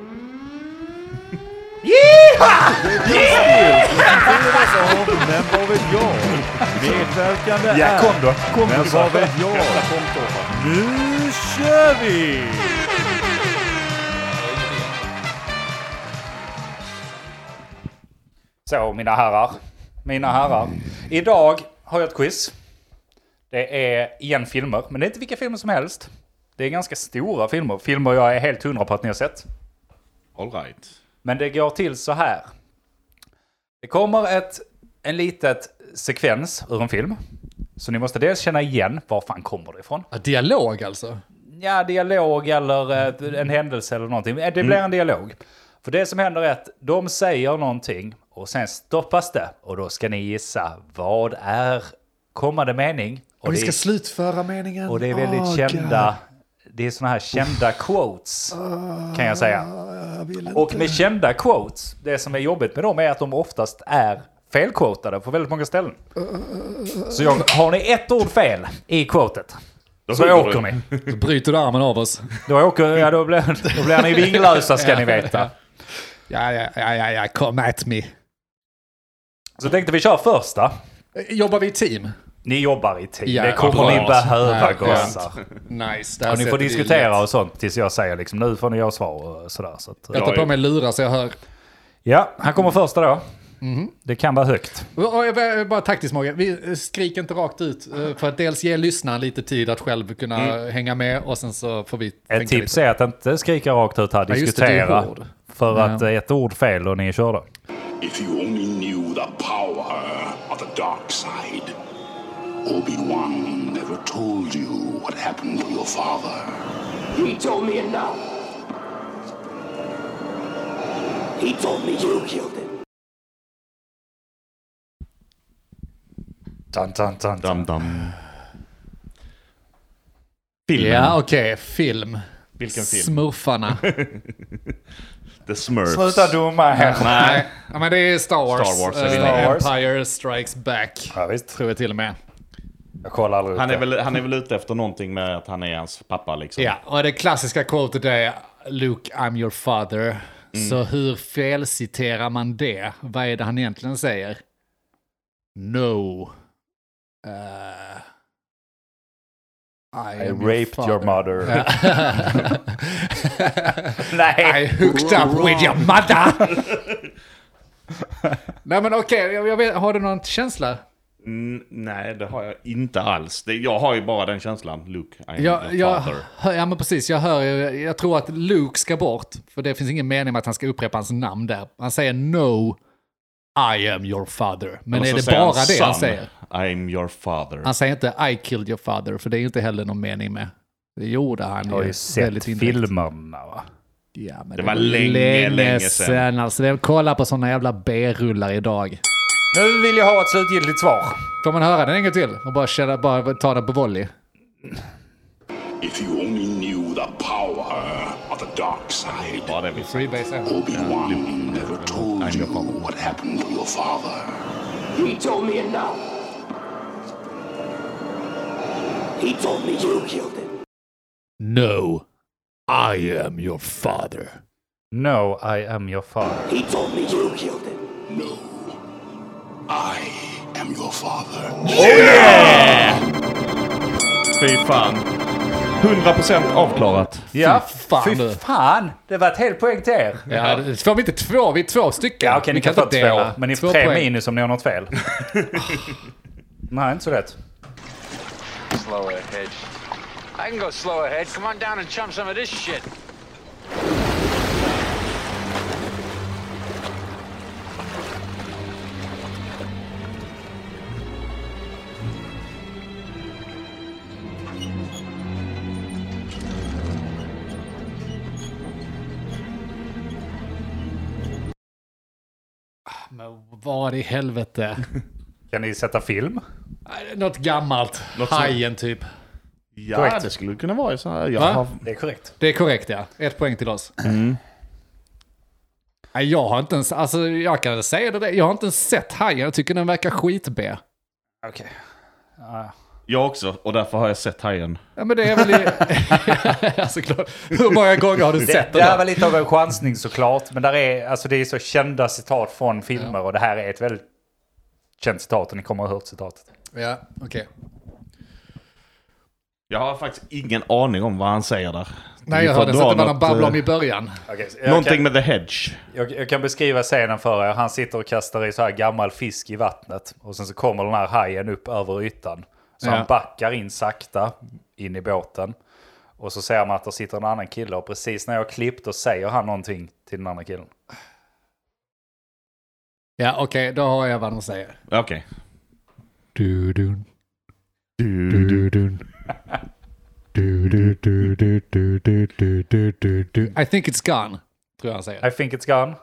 F: Men vad vet jag? Medverkande
A: Ja,
F: är...
A: kom då. Kom
F: Men
A: då.
F: vad vet jag? Nu kör vi!
A: Så mina herrar, mina herrar. Idag har jag ett quiz. Det är igen filmer, men det är inte vilka filmer som helst. Det är ganska stora filmer, filmer jag är helt hundra på att ni har sett.
C: All right.
A: Men det går till så här. Det kommer ett, en litet sekvens ur en film. Så ni måste dels känna igen var fan kommer det ifrån.
B: Ja, dialog alltså?
A: Ja, dialog eller eh, en händelse eller någonting. Eh, Det blir en dialog. För det som händer är att de säger någonting och sen stoppas det. Och då ska ni gissa vad är kommande mening. Och, det, är-
B: slutföra meningen.
A: och det är väldigt kända, det är sådana här kända quotes kan jag säga. Och med kända quotes, det som är jobbigt med dem är att de oftast är felquotade på väldigt många ställen. Så jag, har ni ett ord fel i quotet så
C: hugger
A: åker
C: du.
A: ni.
B: Då bryter du armen av oss.
A: Då, åker, ja, då, blir, då blir ni vinglösa ska ni veta.
B: Ja, ja, ja, ja, ja, come at me.
A: Så tänkte vi köra första.
B: Jobbar vi i team?
A: Ni jobbar i team.
B: Ja,
A: det kommer
C: bra.
A: ni behöva
B: Ja,
A: gossar.
B: Nice. där
A: Och ni
B: sätter
A: får
B: vi
A: diskutera
B: lätt.
A: och sånt tills jag säger liksom nu får ni göra svar och sådär. Så att,
B: Jag tar
C: Ja,
B: på mig lurar så jag hör.
A: ja, han kommer första då. Det kan vara högt.
B: Och- och jag- Bara taktiskt Morgan, vi eh, skriker inte rakt ut. eh, För att dels ge lyssnaren lite tid att själv kunna hänga med och sen så får vi tänka
A: Ett tips
B: lite.
A: är att inte skrika rakt ut här,
B: Ja, just det, det är
A: diskutera.
B: ord.
A: för
B: Ja.
A: att eh, ett ord fel och ni är körda.
G: If you only knew the power of the dark side, Obi-Wan never told you what happened to your father.
H: He told me it now. He told me you killed him.
A: Dun, dun, dun, dun.
C: Dam, dam.
B: Ja, okej, film.
C: Vilken film?
B: Smurfarna.
C: The Smurfs.
A: Sluta dumma här.
B: Nej, ja, men det är Star Wars.
C: Star Wars är
B: Eh,
C: det.
A: Star Wars.
B: Empire Strikes Back.
A: Ja, visst.
B: Tror jag till och med.
A: Jag kollar aldrig ut
C: Han är,
A: det.
C: väl, han är väl ute efter någonting med att han är hans pappa liksom.
B: Ja, och det klassiska quotet är Luke, I'm your father.
A: Mm.
B: Så hur felciterar man det? Vad är det han egentligen säger? No. Eh, I,
A: I
B: am
A: raped your
B: father.
A: mother. Nej.
B: I hooked up with your mother. Nej men okej, jag, jag vet, har du någon känsla?
C: Mm, nej, det har jag inte alls. Det, jag har ju bara den känslan. Luke, I am
B: Jag,
C: your
B: jag,
C: father.
B: hör, ja men precis, jag hör jag, jag tror att Luke ska bort. För det finns ingen mening med att han ska upprepa hans namn där. Han säger no, I am your father. Men
C: Och
B: är
C: så
B: det
C: säger
B: bara det han
C: "Son,
B: säger?
C: I am your father.
B: Han säger inte I killed your father, för det är ju inte heller någon mening med. Det gjorde han
A: Jag har
B: ju
A: ju sett
B: väldigt indirekt.
A: filmerna va?
B: Ja, men det,
C: var länge, länge
B: sedan.
C: sedan.
B: Alltså, det, kolla på sådana jävla B-rullar idag.
A: Nu vill jag ha ett slutgiltigt svar.
B: Får man höra den en gång till? Och bara, känna, bara ta den på volley?
G: If you only knew the power of the dark side,
C: Bara det vi säger.
B: Freebase
G: Obi-Wan never told you what happened to your father.
H: He told me it now. He told me you killed him.
B: No, I am your father.
A: No, I am your father.
H: He told me you killed him.
G: No, I am your father.
C: Fy fan. 100% avklarat.
A: Ja,
B: fan, du.
A: Fy fan! Det var ett helt poäng till er. Ja,
B: Ja, det- får vi inte två? Vi är två stycken.
A: okej, ni kan ta två, men ni får tre
B: poäng.
A: minus om ni har något fel. Nej, inte så lätt.
E: Slow ahead. I can go slow ahead. Come on down and chum some of this shit.
B: Men vad i helvete?
A: Kan ni sätta film?
B: Något gammalt.
C: som-
B: Hajen typ.
C: Ja,
A: Korrekt.
C: det skulle kunna vara så här. Jag
B: Va?
C: har...
A: Det är korrekt.
B: Det är korrekt ja. Ett poäng till oss.
A: Mm.
B: Nej, jag har inte ens, alltså jag kan säga det, där. jag har inte ens sett Hajen. Jag tycker den verkar skit B.
A: Okej.
C: Jag också, och därför har jag sett hajen.
B: Ja, men det är väl... I... alltså, klart. Hur många gånger har du
A: Det,
B: sett
A: det
B: den?
A: här
B: då?
A: var lite av en chansning såklart, men där är, alltså, det är så kända citat från filmer och det här är ett väldigt känt citat och ni kommer att ha hört citatet.
B: Ja, okej.
C: Jag har faktiskt ingen aning om vad han säger där.
B: Nej,
C: Vi
B: jag
C: får
B: hörde inte
C: dra
B: vad han
C: något,
B: babblade om
C: eh,
B: i början.
A: Okej, så jag
C: Någonting
A: kan-
C: med The Hedge.
A: Jag, jag kan beskriva scenen för er. Han sitter och kastar i så här gammal fisk i vattnet. Och sen så kommer den här hajen upp över ytan. Så
B: Ja.
A: han backar in sakta in i båten. Och så ser man att det sitter en annan kille. Och precis när jag klippt och säger han någonting till den andra killen.
B: Ja, okej, då har jag vad de säger.
C: Okej.
B: Du-dun. Du-du-du-du-du-du-du-du-du. I think it's gone, tror jag han säger.
A: I think it's gone.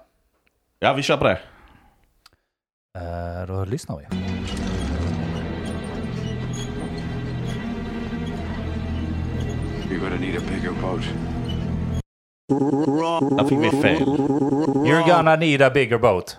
C: Ja, vi kör på det.
A: Eh, då lyssnar vi.
E: You're gonna need a bigger boat.
C: Där fick vi fel.
A: You're gonna need a bigger boat.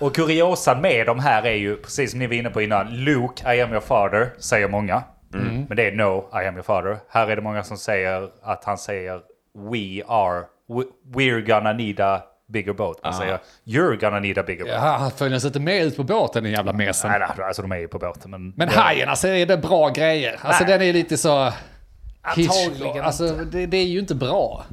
A: Och kuriosan med de här är ju, precis som ni var inne på innan, Luke, I am your father, säger många.
B: Mm.
A: Men det är no, I am your father. Här är det många som säger att han säger we are, we- we're gonna need a bigger boat. Han säger you're gonna need a bigger boat.
B: Ah. Ja, han följer sig inte med ut på båten, den jävla mesen.
A: Nej, nej, alltså de är ju på båten men...
B: Men hajen, alltså är det bra grejer? Alltså
A: Nej.
B: den är lite så...
A: Antagligen
B: Alltså det, det är ju inte bra.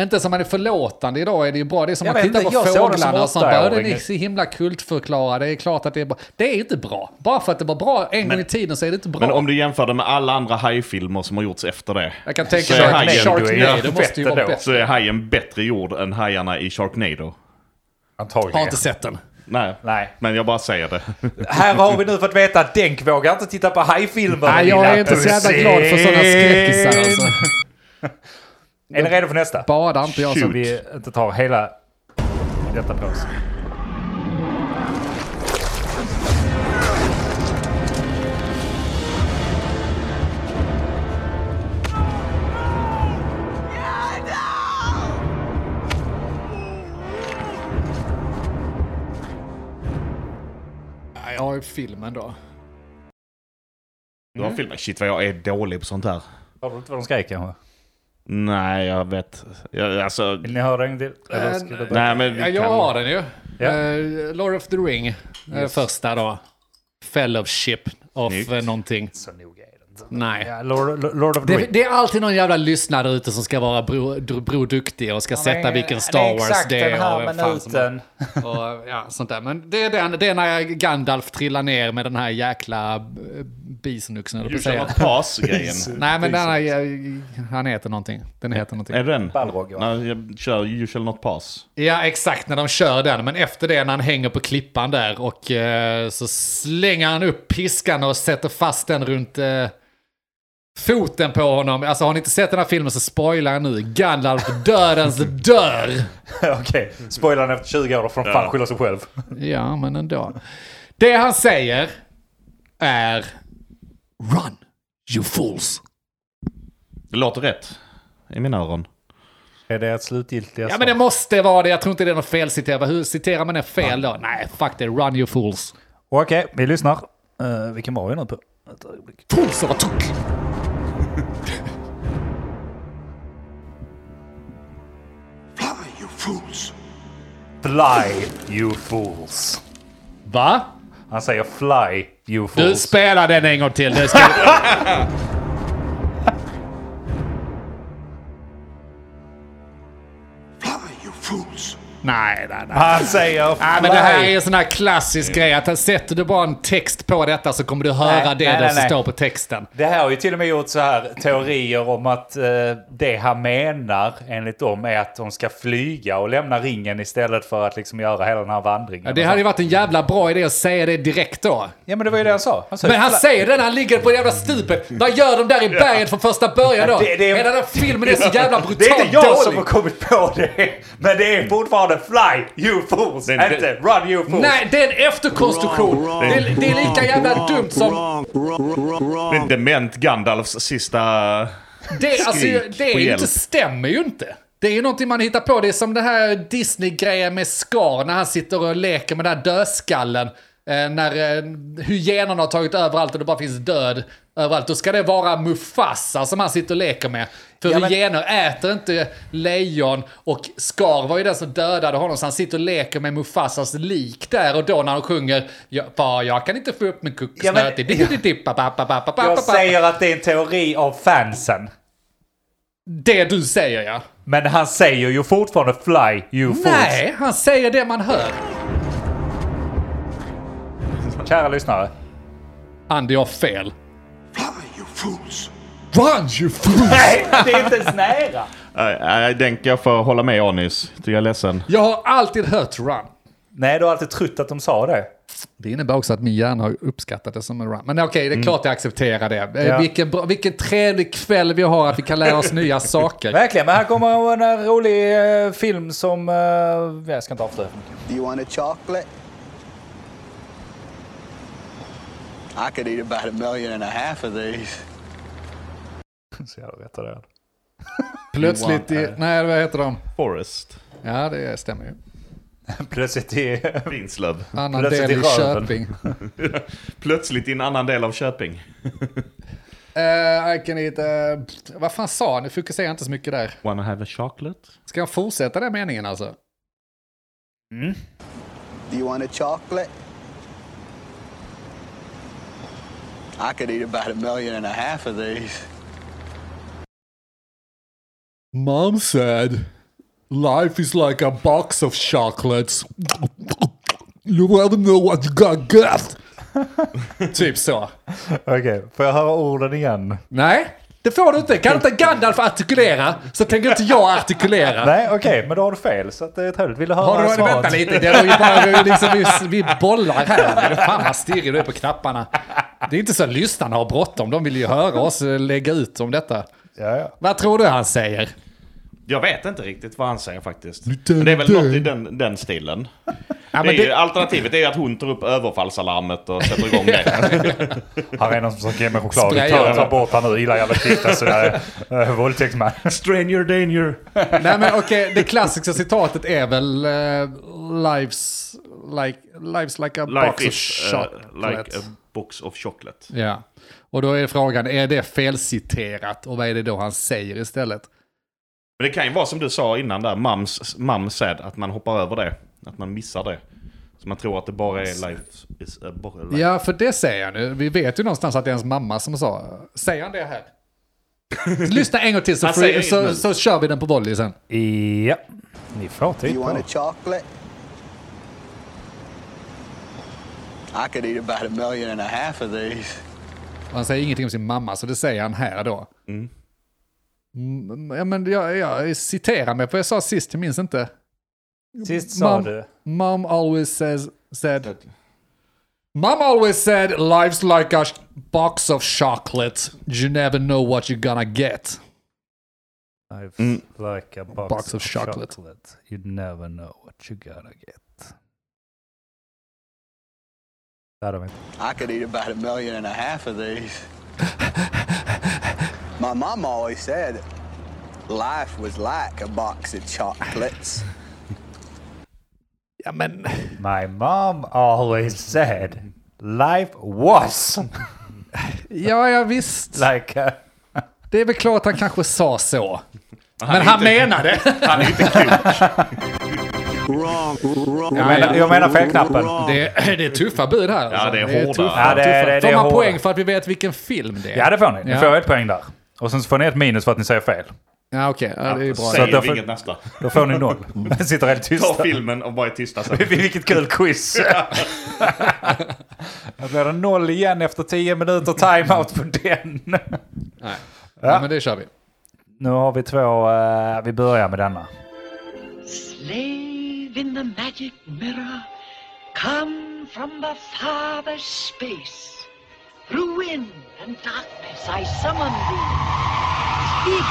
B: Inte som man är förlåtande idag är det ju bra. Det är som
A: Jag
B: man
A: vet
B: tittar
A: inte,
B: på
A: jag såg det som
B: fåglarna och sånt.
A: åttaåring.
B: Bara, "Den är så himla kultförklarad. Det är klart att det är bra. Det är inte bra. Bara för att det var bra en gång i tiden så är det inte bra.
C: Men om du jämför det med alla andra hajfilmer som har gjorts efter det.
B: Jag kan tänka
C: Så
B: mig
C: är
B: att
C: hajen,
A: du är ju
B: Sharknado måste ju
A: fett
B: vara
A: ändå.
B: bättre.
C: Så är hajen bättre gjord än hajarna i Sharknado.
B: Har
A: Antagligen.
B: inte sett den.
C: Nej.
A: Nej.
C: Men jag bara säger det.
A: Här har vi nu fått veta att Denk vågar inte titta på hajfilmer.
B: Nej, jag är
A: Lilla
B: inte så jävla glad för sådana
A: Hussein.
B: skräckisar alltså.
A: Är ni redo för nästa?
B: Badar inte jag
A: Så
B: som...
A: vi inte tar hela detta på oss.
B: Ja, Jag har ju filmen då.
C: Du har filmat. Shit vad jag är dålig på sånt här.
A: Hörde du inte vad de skrek kanske?
C: Nej, jag vet. Jag, alltså...
A: Vill ni höra en till? Eh, Eller ska du börja?
C: Nej, men vi
B: Ja, jag
C: kan...
B: har den ju.
A: Ja.
B: Eh, Lord of the Ring, eh, första då. Fellowship of
C: Snyggt.
B: eh, någonting.
A: Så noga är det inte.
B: Nej.
A: Ja, Lord, Lord of the
B: Det,
A: Rings.
B: det är alltid någon jävla lyssnare ute som ska vara bro- dr- broduktig och ska
A: eh,
B: sätta vilken Star Wars det är. och vem fan som- och, ja, sånt där. Men det är, den, det är när Gandalf trillar ner med den här jäkla eh, bisunuxen, eller på
C: Du
B: att säga.
C: kör pass-grejen.
B: Nej, men den här, eh, han heter någonting. Den heter någonting.
C: Är det den?
A: Balrog, ja.
C: Nej, jag kör You shall not pass.
B: Ja, exakt när de kör den. Men efter det när han hänger på klippan där och eh, så slänger han upp piskan och sätter fast den runt eh, foten på honom. Alltså har ni inte sett den här filmen så spoilar jag nu. Gandalf dödens dörr.
A: Okej, spoilern efter 20 år, då får de fan skylla sig själv.
B: Ja, men ändå. Det han säger är Run, you fools.
C: Det låter rätt. I mina öron.
A: Är det ett slutgiltiga
B: Ja, men det måste vara det. Jag tror inte det är något felciterat. Hur citerar man det fel då? Nej, fuck det. Run, you fools.
A: Okej, vi lyssnar. Uh, vilken var vi nu på? Ett ögonblick.
B: Fools of a tok.
G: Fly, you fools!
A: Fly, you fools.
B: Va?
A: Han säger fly, you
B: Du
A: fools.
B: spelar den en gång till. Det ska...
G: Fly, you fools!
B: nej, nej, nej.
A: Han säger fly.
B: Nej, men det här är en sån här klassisk grej. Att sätter du bara en text på detta så kommer du höra
A: Nej,
B: det
A: nej,
B: där
A: nej,
B: som
A: nej.
B: står på texten.
A: Det här har ju till och med gjort så här teorier om att eh, det han menar enligt dem är att de ska flyga och lämna ringen istället för att liksom göra hela den här vandringen.
B: Ja, Det hade ju varit en jävla bra idé att säga det direkt då.
A: ja men det var ju det han sa. Han sa ju
B: Men han
A: fly-
B: säger det när han ligger på det jävla stupet. Vad gör de där i berget från första början då?
A: Det- det är-
B: Hela den här filmen är så jävla brutalt
A: Det är inte jag
B: dålig.
A: som har kommit på det. Men det är fortfarande fly you fools.
C: Det- det-
A: inte run you fools.
B: Nej, det är en efterkonstruktion. det, är, det är lika jävla dumt som...
C: Det är dement Gandalfs sista...
B: Det, alltså,
C: Skrik
B: det är
C: på
B: ju
C: hjälp.
B: inte, stämmer ju inte. Det är ju någonting man hittar på. Det är som den här Disney-grejen med Scar när han sitter och leker med den här dödskallen. eh, när eh, hyenorna har tagit över allt och det bara finns död överallt, då ska det vara Mufasa som han sitter och leker med. För
A: Ja, men-
B: hyenor äter inte lejon och Scar var ju den som dödade honom, så han sitter och leker med Mufasas lik där och då när han sjunger "Ja, Far, jag kan inte få upp min
A: Ja, men-
B: kuckesnöt. Ja,
A: Jag säger att det är en teori av fansen.
B: Det du säger ja.
A: Men han säger ju fortfarande fly you fools.
B: Nej, han säger det man hör.
A: Kära lyssnare.
B: Andy har fel.
G: Fly, you fools!
B: Run you fool!
A: Nej, det är inte ens nära.
C: Nej, eh, den kan jag får hålla med Anis. Tycker jag är ledsen.
B: Jag har alltid hört run.
A: Nej, du har alltid trott att de sa det.
B: Det innebär också att min hjärna har uppskattat det som en run. Men okej, det är klart jag accepterar det. Eh,
A: Mm. Ja.
B: Vilken, bra, vilken trevlig kväll vi har att vi kan lära oss nya saker.
A: Verkligen, men här kommer en eh, rolig eh, film som... eh, jag ska inte avslöja för mycket.
I: Do you want a chocolate? I could eat about a million and a half of these.
A: Så jag vet det.
B: Plötsligt i... Nej, vad heter de?
C: Forrest.
B: Ja, det stämmer ju.
A: Plötsligt är...
C: Vinslöv.
B: Annan
A: Plötsligt
B: del
A: i
B: i
A: röven.
B: Köping.
C: Plötsligt i en annan del av Köping.
B: Eh, I can eat... eh, vad fan sa han? Nu fokuserar inte så mycket där.
C: Wanna have a chocolate?
B: Ska jag fortsätta den meningen alltså?
I: Do you want a chocolate? I could eat about a million and a half of these.
B: Mom said, life is like a box of chocolates. You never know what you got left. typ så.
A: Okej, får jag höra orden igen?
B: Nej, det får du inte. Kan inte Gandalf artikulera så tänker inte jag artikulera.
A: Nej, okej, men då har du fel. Så att det är trevligt. Vill du höra
B: Har du,
A: svaret?
B: vänta lite, det är ju bara det är liksom, vi, vi bollar här. Fan vad stirrig du är på knapparna. Det är inte så att lyssnarna har bråttom, de vill ju höra oss eh, lägga ut om detta.
A: Ja, ja.
B: Vad tror du han säger?
C: Jag vet inte riktigt vad han säger faktiskt. Men det är väl något i den, den stilen.
B: Ja,
C: Det är
B: men
C: ju,
B: det,
C: alternativet är ju att hon tar upp överfallsalarmet och sätter igång det.
A: Här är någon som försöker ge mig choklad. Vi tar,
B: Sprayar.
A: tar bort han nu. Gillar jävla kvickt. Så jag är eh, våldtäktsman.
C: Stranger danger.
B: Nej men okej, det klassiska citatet är väl eh, Life's like, life's like a box
C: Life
B: of
C: is eh,
B: chocolate.
C: like a box of chocolate.
B: Ja, och då är frågan, är det felciterat och vad är det då han säger istället?
C: Men det kan ju vara som du sa innan där, mums, mum said, att man hoppar över det. Att man missar det. Så man tror att det bara är life is a bo- life.
B: Ja, för det säger han nu. Vi vet ju någonstans att det är ens mamma som sa, säger han det här? Lyssna en gång till så,
C: Han
B: får-
C: säger inget
B: så,
C: nu.
B: så kör vi den på volley sen.
A: Ja. Ni får
I: Do you
A: titta.
I: want a chocolate? I could eat about a million and a half of these.
B: Och han säger ingenting om sin mamma, så det säger han här då. Mm, ja, men jag, jag citerar mig, för jag sa sist, jag minns inte.
A: Sist sa
B: Mom-
A: du...
B: Mom always says said. Mom always said life's like a sh- box of chocolate. You never know what you're gonna get.
A: I've like a box,
B: Box of chocolate.
A: You never know what you gonna get. Det hade de inte.
I: I could eat about a million and a half of these. My mom always said life was like a box of chocolates.
B: Ja men,
A: My mom always said life was
B: ja, ja visst.
A: like a...
B: Det är väl klart han kanske sa så. Men han menade.
C: Han är ju inte klok.
A: Jag menar, jag menar felknappen.
B: Det är, det är tuffa bud här. Alltså.
C: det är hårda.
B: tuffa,
A: Ja, det är-
B: tuffa.
A: det är- det
B: Får
A: är
B: man
A: hårda.
B: poäng för att vi vet vilken film det är?
A: Ja, det får ni. Ni
B: Ja.
A: får ett poäng där. Och sen så får ni ett minus för att ni säger fel.
B: Ja, okej. Ja, det är bra.
A: Så att
C: Säger
A: jag
C: vi
A: får-
C: inget nästa.
A: Då får ni noll. Sitter helt
C: Ta
A: tysta.
C: filmen och bara är tysta sen.
A: Vilket kul quiz! Då blir det noll igen efter tio minuter timeout på den.
B: Nej. Ja, men det kör vi.
A: Nu har vi två... eh, vi börjar med denna.
J: slave in the magic mirror, come from the farther space. Through wind and darkness I summon thee. Speak!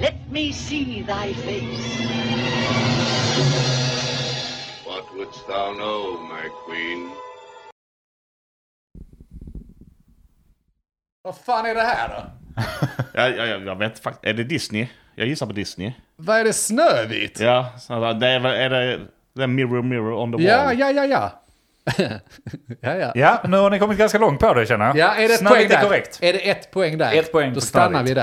J: Let me see thy face.
G: What wouldst thou know, my queen?
B: Vad fan är det här då?
C: Ja, ja, ja, jag vet faktiskt. Är det Disney? Jag gissar på Disney.
B: Vad är det Snövit?
C: Ja, så, det är, väl- är det Den mirror, mirror on the
B: Ja,
C: wall.
B: ja, ja, ja. ja, ja.
A: Ja, nu har ni kommit ganska långt på det känner jag.
B: Ja, är det ett
A: Snarligt
B: poäng
A: är
B: där?
A: korrekt.
B: Är det ett poäng där?
A: Ett poäng
B: Då
A: på
B: stannar
A: snarligt.
B: vi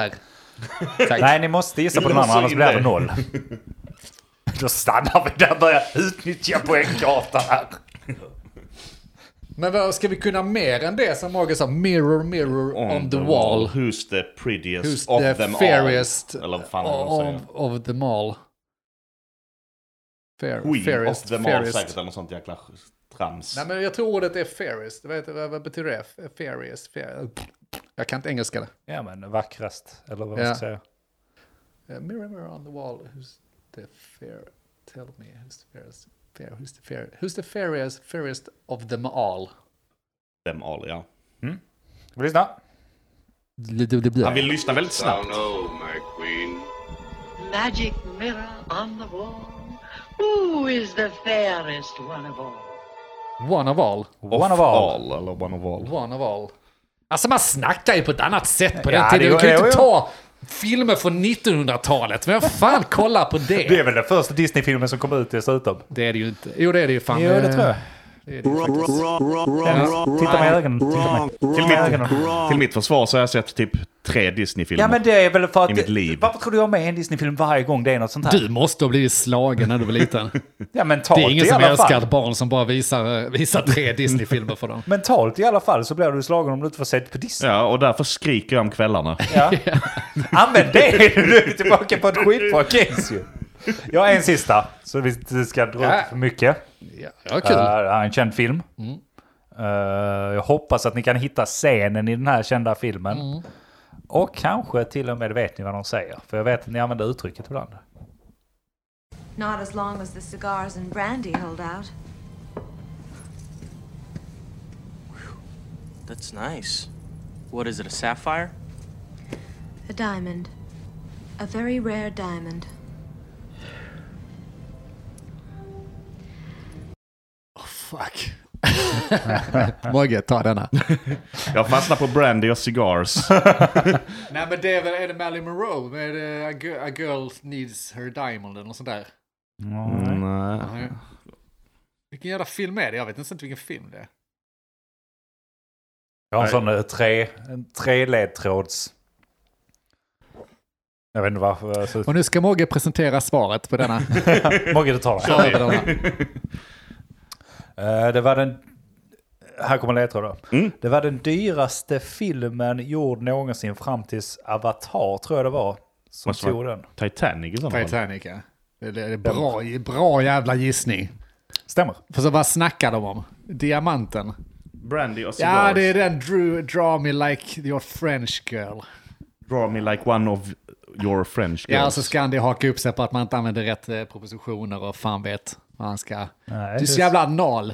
B: där.
A: Nej, ni måste gissa på den andra, annars blir det noll. Då stannar vi där och börjar utnyttja poängkartan här.
B: Men vad ska vi kunna mer än det som Morgan sa? Mirror, mirror on, the wall.
C: Who's the prettiest
B: Who's
C: of
B: the
C: them
B: fairest
C: all? Eller vad fan man säger.
B: Of, of them all. Fair,
C: Queen
B: fairest,
C: of them
B: fairest.
C: all säkert, eller något sånt jäkla trams.
B: Nej, men jag tror ordet är fairest. Vad, heter, vad, vad betyder det? F- Fairest? Fair... Jag kan inte engelska. Det.
A: Ja, men vackrast, eller vad
B: Ja.
A: man ska säga.
B: Eh, mirror, mirror on the wall. Who's the fair... Tell me, who's the fairest? Fair, who's the fair... Who's the fairest, fairest of them all?
C: Them all, ja.
A: Lyssna.
C: Han vill lyssna väldigt snabbt.
J: Magic mirror on the wall. Who is the fairest one of all?
B: One of all.
A: One of all.
C: Eller one of all.
B: One of all. Alltså man snackar ju på ett annat sätt på
A: Ja,
B: den tiden.
A: det-
B: Du kan ju
A: jo,
B: inte
A: jo.
B: ta filmer från 1900-talet. Vem fan kollar på
A: Det
B: det?
A: är väl den första Disney-filmen som kom ut dessutom.
B: Det är det ju inte. Jo det är det ju fan.
A: Jo, det tror jag. Titta mig i ögonen. Titta mig. Titta mig i ögonen.
C: Till mitt försvar så har jag sett typ tre Disney-filmer.
A: Ja men det är väl för
C: I
A: att...
C: mitt liv.
A: Varför tror du jag har med i en Disney-film varje gång det är något sånt här?
B: Du måste ha blivit slagen när du var liten.
A: Ja mentalt
B: Det är ingen
A: i
B: som
A: alla
B: älskar
A: fall.
B: ett barn som bara visar, eh, visar tre Disney-filmer för dem.
A: Mentalt i alla fall så blir du slagen om du inte får sett på Disney.
C: Ja, och därför skriker jag om kvällarna.
A: Ja. Använd det! Nu är vi tillbaka på ett skitbra case ju. Jag har en sista, så vi inte ska dra
B: Ja.
A: ut för mycket. Eh,
B: Ja, ja
A: Det
B: kul. Mm.
A: är en känd film. Eh, jag hoppas att ni kan hitta scenen i den här kända filmen.
B: Mm.
A: Och kanske till och med vet ni vad de säger. För jag vet att ni använder uttrycket ibland.
K: Not as long as the cigars and brandy hold out.
L: That's nice. What is it, a sapphire?
K: A diamond. A very rare diamond.
B: Fuck. Mogge, ta denna.
C: Jag fastnar på brandy och cigars.
B: Nej men det är väl, är det Marilyn Monroe med eh, A Girl- A Girl Needs Her Diamond eller något sånt där?
C: Mm. Nej.
B: Vilken jävla film är det? Jag vet inte ens vilken film det är.
A: Jag har en sån eh, tre, en treledtråds... Jag vet inte varför. Alltså,
B: Och nu ska Mogge presentera svaret på denna.
A: Mogge, du tar
B: Ta
A: den.
B: över denna.
A: Eh, Det var den... Här kommer ledtråden. Det var den dyraste filmen gjord någonsin fram tills Avatar, tror jag det var, som
C: Måste
A: tog
C: vara
A: den.
C: Titanic i sådana fall.
B: Titanic, ja. Det det är bra, bra jävla gissning.
A: Stämmer.
B: För så vad snackar de om? Diamanten?
C: Brandy och cigars.
B: Ja, det är den Drew, Draw Me Like Your French Girl.
C: Draw me like one of your French girls.
B: Ja, så ska han det haka upp sig på att man inte använder rätt eh, propositioner och fan vet vad han ska... du är
A: det-
B: så jävla anal.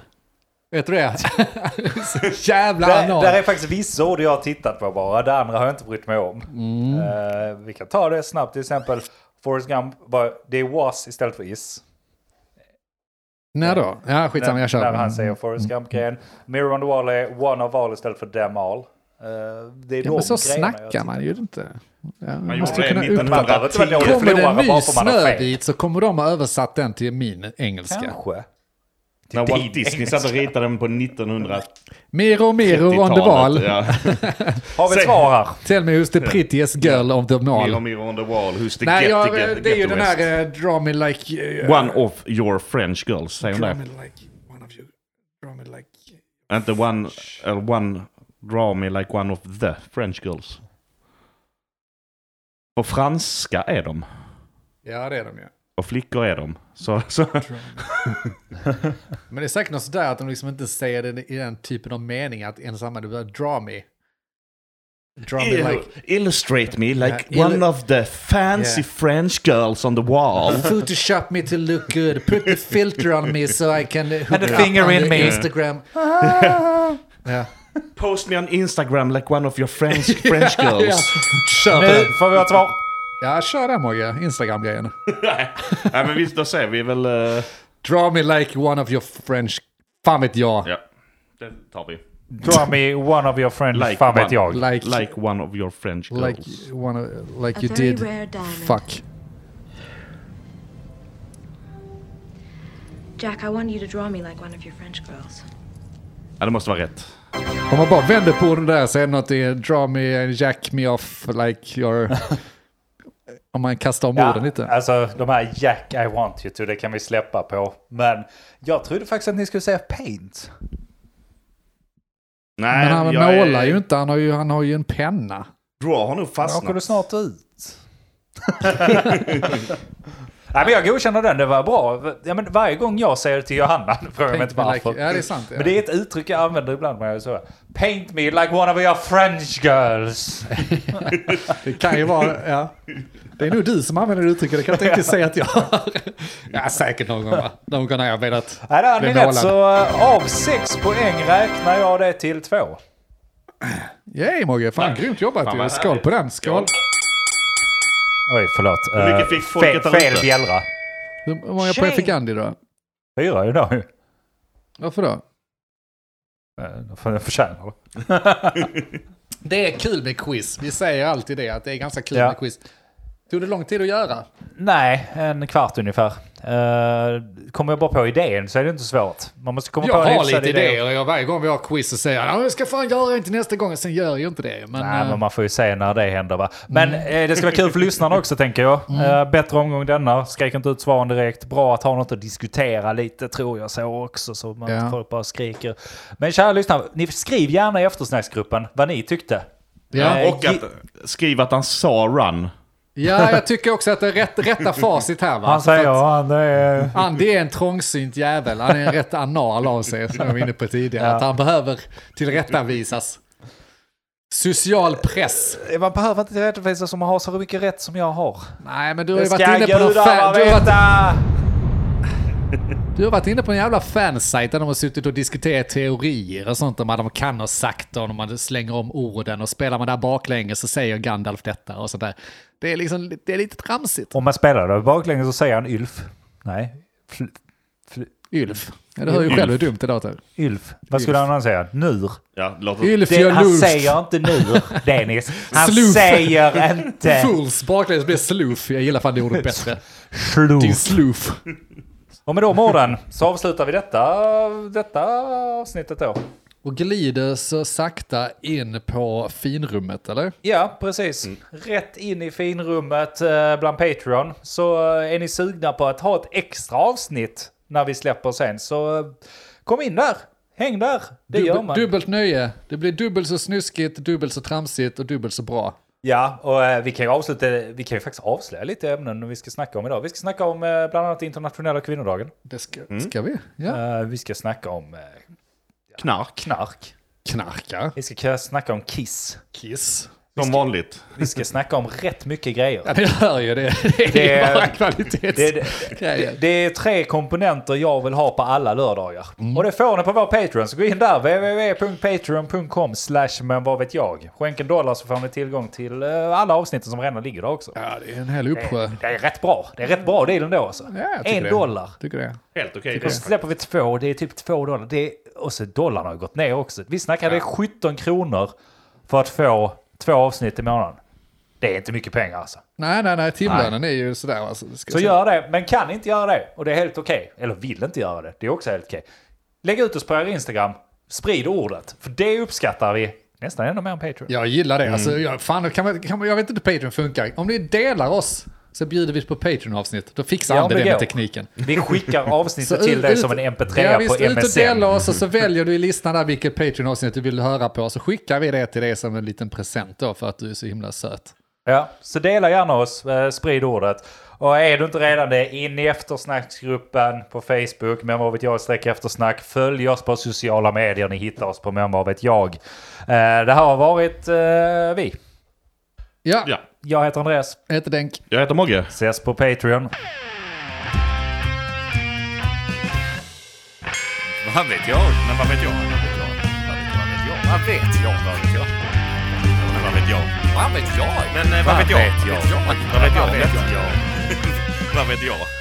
B: Vet du det? så jävla
A: Där,
B: anal.
A: där är faktiskt vissa ord jag har tittat på bara, det andra har jag inte brytt mig om.
B: Mm.
A: Eh, vi kan ta det snabbt, till exempel Forrest Gump, var, det är was istället för is.
B: När då? Ja, skitsamma, jag
A: När
B: kör. Mm.
A: han säger Forrest Gump-grejen. Mirror on the wall är one of all istället för them all. Eh, det är de
B: Ja, men så
A: grejerna alltså. jag
B: snackar man ju inte. Ja, man
C: gjorde det 1910.
A: behöver inte vara dålig
B: Kommer det
A: förlorare
B: en ny
A: bara för man har fel.
B: snöbit så kommer de ha översatt den till min engelska.
A: Kanske.
C: När
A: Till
C: Walt
A: din
C: Disney
A: engelska.
C: satt och ritade den på 1900...
B: Miro, Miro on the wall.
C: Ja.
A: Har vi ett
C: Säg-
A: svar här?
B: Tell me who's the prettiest girl of them
C: Mirror,
B: all.
C: mirror on the wall, who's the
B: Nej,
C: get
B: jag,
C: to get,
B: det är ju
C: get
B: den
C: west?
B: här eh, Draw me like... eh,
C: One of your French girls, säger hon
B: Draw
C: det?
B: me like one of you. Draw me like...
C: Inte one, eller one, draw me like one of the French girls. På franska är de,
B: Ja, det är de ju.
C: och flickor är de. Så, så.
B: Men det är säkert något sådär att de liksom inte säger det i den typen av mening att ensamma du behöver draw me. Draw me like...
C: Illustrate me like
B: Ja,
C: one
B: illu-
C: of the fancy
B: Yeah.
C: French girls on the wall.
B: Photoshop me to look good. Put the filter on me so I can hook
A: And a
B: up
A: finger
B: on
A: in
B: the
A: me.
B: Instagram. ja.
C: Post me on Instagram like one of your French, French girls.
B: Kör på
A: Nu
B: den.
A: får vi ha ett svar.
B: Ja, kör den Mogge. Instagram-grejen.
C: Nej men visst, då säger vi väl... eh,
B: Draw me like one of your French... Fan vet jag.
C: ja, det tar vi.
A: Draw me one of your friends,
C: Like
A: fan vet
C: one.
A: jag.
B: Like, like,
C: Like one of your French girls.
B: one of, like
K: A
B: you
K: very
B: did.
K: rare diamond.
B: Fuck.
K: Jack, I want you to draw me like one of your French girls.
C: Ja, det måste vara rätt.
B: Om man bara vänder på den där så är det något i draw me, jack me off like your... om man kastar om orden lite.
A: Alltså de här Jack I want you to, det kan vi släppa på. Men jag trodde faktiskt att ni skulle säga paint.
C: Nej,
B: Men han
C: jag är-
B: målar ju inte, han har ju, han har ju en penna.
C: Draw har nog
A: Jag kunde
C: fastnat.
A: snart ut. Nej, men jag godkänner den, det var bra. Ja, men varje gång jag säger det till Johanna, nu frågar jag mig
B: Paint
A: inte
B: me
A: varför.
B: like- ja, det är sant, ja.
A: Men det är ett uttryck jag använder ibland när jag är så. här, Paint me like one of your French girls.
B: Det kan ju vara, ja. Det är nog du som använder det uttrycket, det kan jag inte riktigt säga att jag har. Ja, säkert någon gång va? Någon gång när jag velat
A: Nej, det hade
B: bli
A: ni rätt.
B: målad.
A: Så eh, av sex poäng räknar jag det till två.
B: Yay Mogge, fan grymt jobbat
A: Fan,
B: ju.
A: vad
B: Skål på den, skål.
A: Oj, förlåt.
C: Hur mycket
A: Eh,
C: fick folket
A: fel,
C: där
A: fel
C: ute?
A: bjällra.
B: Hur många poäng fick Andy då?
A: Fyra ju då. Eh,
B: Varför då?
A: då får jag förtjänar det.
B: Det är kul med quiz, vi säger alltid det, att det är ganska kul
A: Ja.
B: med quiz. Tog det lång tid att göra?
A: Nej, en kvart ungefär. Eh, kommer jag bara på idén så är det inte svårt. Man måste komma på
B: Jag
A: en
B: har
A: hyfsad
B: lite
A: idé.
B: idéer, och jag, varje gång vi har quiz så säger jag "Ja, jag ska fan göra inte nästa gång, och sen gör jag ju inte det. Men,
A: Nej,
B: eh,
A: men man får ju se när det händer va. Men
B: Mm.
A: eh, det ska vara kul för lyssnarna också tänker jag.
B: Mm.
A: Eh, bättre omgång denna. Skrek inte ut svaren direkt. Bra att ha något att diskutera lite tror jag så också. Så man
B: Ja.
A: inte folk bara skriker. Men kära lyssnare, ni skriv gärna i eftersnacksgruppen vad ni tyckte. Eh,
C: Och att,
A: ge-
C: skriv att han sa run.
B: Ja, jag tycker också att det är rätt, rätta facit här va?
A: Han säger
B: För att
A: ja, han är...
B: Andy är en trångsynt jävel, han är en rätt anal av sig, som jag var inne på tidigare. Att han behöver tillrättavisas. Social press.
A: Eh, Man behöver inte rättvisa som har så mycket rätt som jag har.
B: Nej, men du har ju varit inne på någon fan... Du har varit, du har varit inne på en jävla fansajt där de har suttit och diskuterat teorier och sånt om vad de kan och sagt och om man slänger om orden och spelar man där baklänges så säger Gandalf detta och sånt där. Det är liksom, det är lite tramsigt.
A: Om man spelar det baklänges så säger han Ylf. Nej. Fl- fl-
B: Ylf. Ja, det hör ju själv hur dumt det låter.
A: Ylf. Vad skulle
B: Ylf.
A: han säga? Nur.
C: Ja,
B: Ylf
A: det,
B: gör
A: han
B: lulf.
A: säger inte nur, Dennis. Han
B: Sloof.
A: säger inte...
B: Fools baklänges blir sloof. Jag gillar fan det ordet bättre.
A: Sloof.
B: Din sloof.
A: Och med de orden så avslutar vi detta, detta avsnittet då.
B: Och glider så sakta in på finrummet, eller?
A: Ja, precis. Rätt in i finrummet eh, bland Patreon. Så eh, är ni sugna på att ha ett extra avsnitt när vi släpper sen så eh, kom in där. Häng där. Det gör
B: Dubbel-
A: man.
B: Dubbelt nöje. Det blir dubbelt så snuskigt, dubbelt så tramsigt och dubbelt så bra.
A: Ja, och eh, vi kan ju avsluta, vi kan ju faktiskt avslöja lite ämnen vi ska snacka om idag. Vi ska snacka om eh, bland annat internationella kvinnodagen.
B: Det ska,
A: Mm.
B: ska vi,
A: ja. vi ska snacka om... eh, ja,
C: knark.
A: Knark.
B: Knarka.
A: Vi ska k- snacka om Kiss.
B: Kiss.
C: Som vanligt.
A: Vi ska snacka om rätt mycket grejer.
B: Ja, det hör ju det. Det är ju bara kvalitets-
A: det, det,
B: grejer.
A: det, det är tre komponenter jag vill ha på alla lördagar.
B: Mm.
A: Och det får ni på vår Patreon, så gå in där. www.patreon.com slash men vad vet jag. Skänk en dollar så får ni tillgång till eh, alla avsnitten som redan ligger där också.
B: Ja, det är en hel uppsjö.
A: Det, är rätt bra. Det är rätt bra deal ändå alltså.
B: jag tycker
A: Eh, en
B: det.
A: dollar.
B: Tycker det.
C: Helt okej.
A: Och så släpper vi två, det är typ två dollar. Det är, och så dollarn har ju gått ner också. Vi snackade 17 kronor för att få två avsnitt i månaden. Det är inte mycket pengar alltså.
B: Nej, nej, nej. Timlönen är ju sådär. Alltså, det ska
A: Så
B: jag säga.
A: gör det, men kan inte göra det. Och det är helt okej. Eller vill inte göra det. Det är också helt okej. Lägg ut oss på er Instagram. Sprid ordet. För det uppskattar vi nästan ännu mer än Patreon.
B: Jag gillar
A: Mm.
B: det. Alltså, jag, fan, kan man, kan man, jag vet inte hur Patreon funkar. Om ni delar oss så bjuder vi på Patreon-avsnitt. Då fixar
A: Ja,
B: Andy
A: det
B: det med
A: går.
B: tekniken.
A: Vi skickar avsnittet till
B: ut-
A: dig
B: ut-
A: som en mp3
B: ja,
A: på
B: visst, Ut och
A: MSN.
B: dela oss och så väljer du i listan där vilket Patreon-avsnitt du vill höra på. Så skickar vi det till dig som en liten present då för att du är så himla söt.
A: Ja, så dela gärna oss, eh, sprid ordet. Och är du inte redan det, in i eftersnacksgruppen på Facebook, men vad vet jag, streck eftersnack. Följ oss på sociala medier, ni hittar oss på men vad vet jag. Eh, Det här har varit eh, vi.
B: Ja.
A: Jag heter Andreas.
B: Jag heter Denk.
C: Jag heter Mogge.
A: Ses på Patreon.
D: Vad vet jag? Men vad vet jag? Vad vet jag? Vad vet jag? Men vad vet jag? Vad vet jag? Men eh, vad vet jag? Vad vet jag? Vad vet jag? Vad vet jag?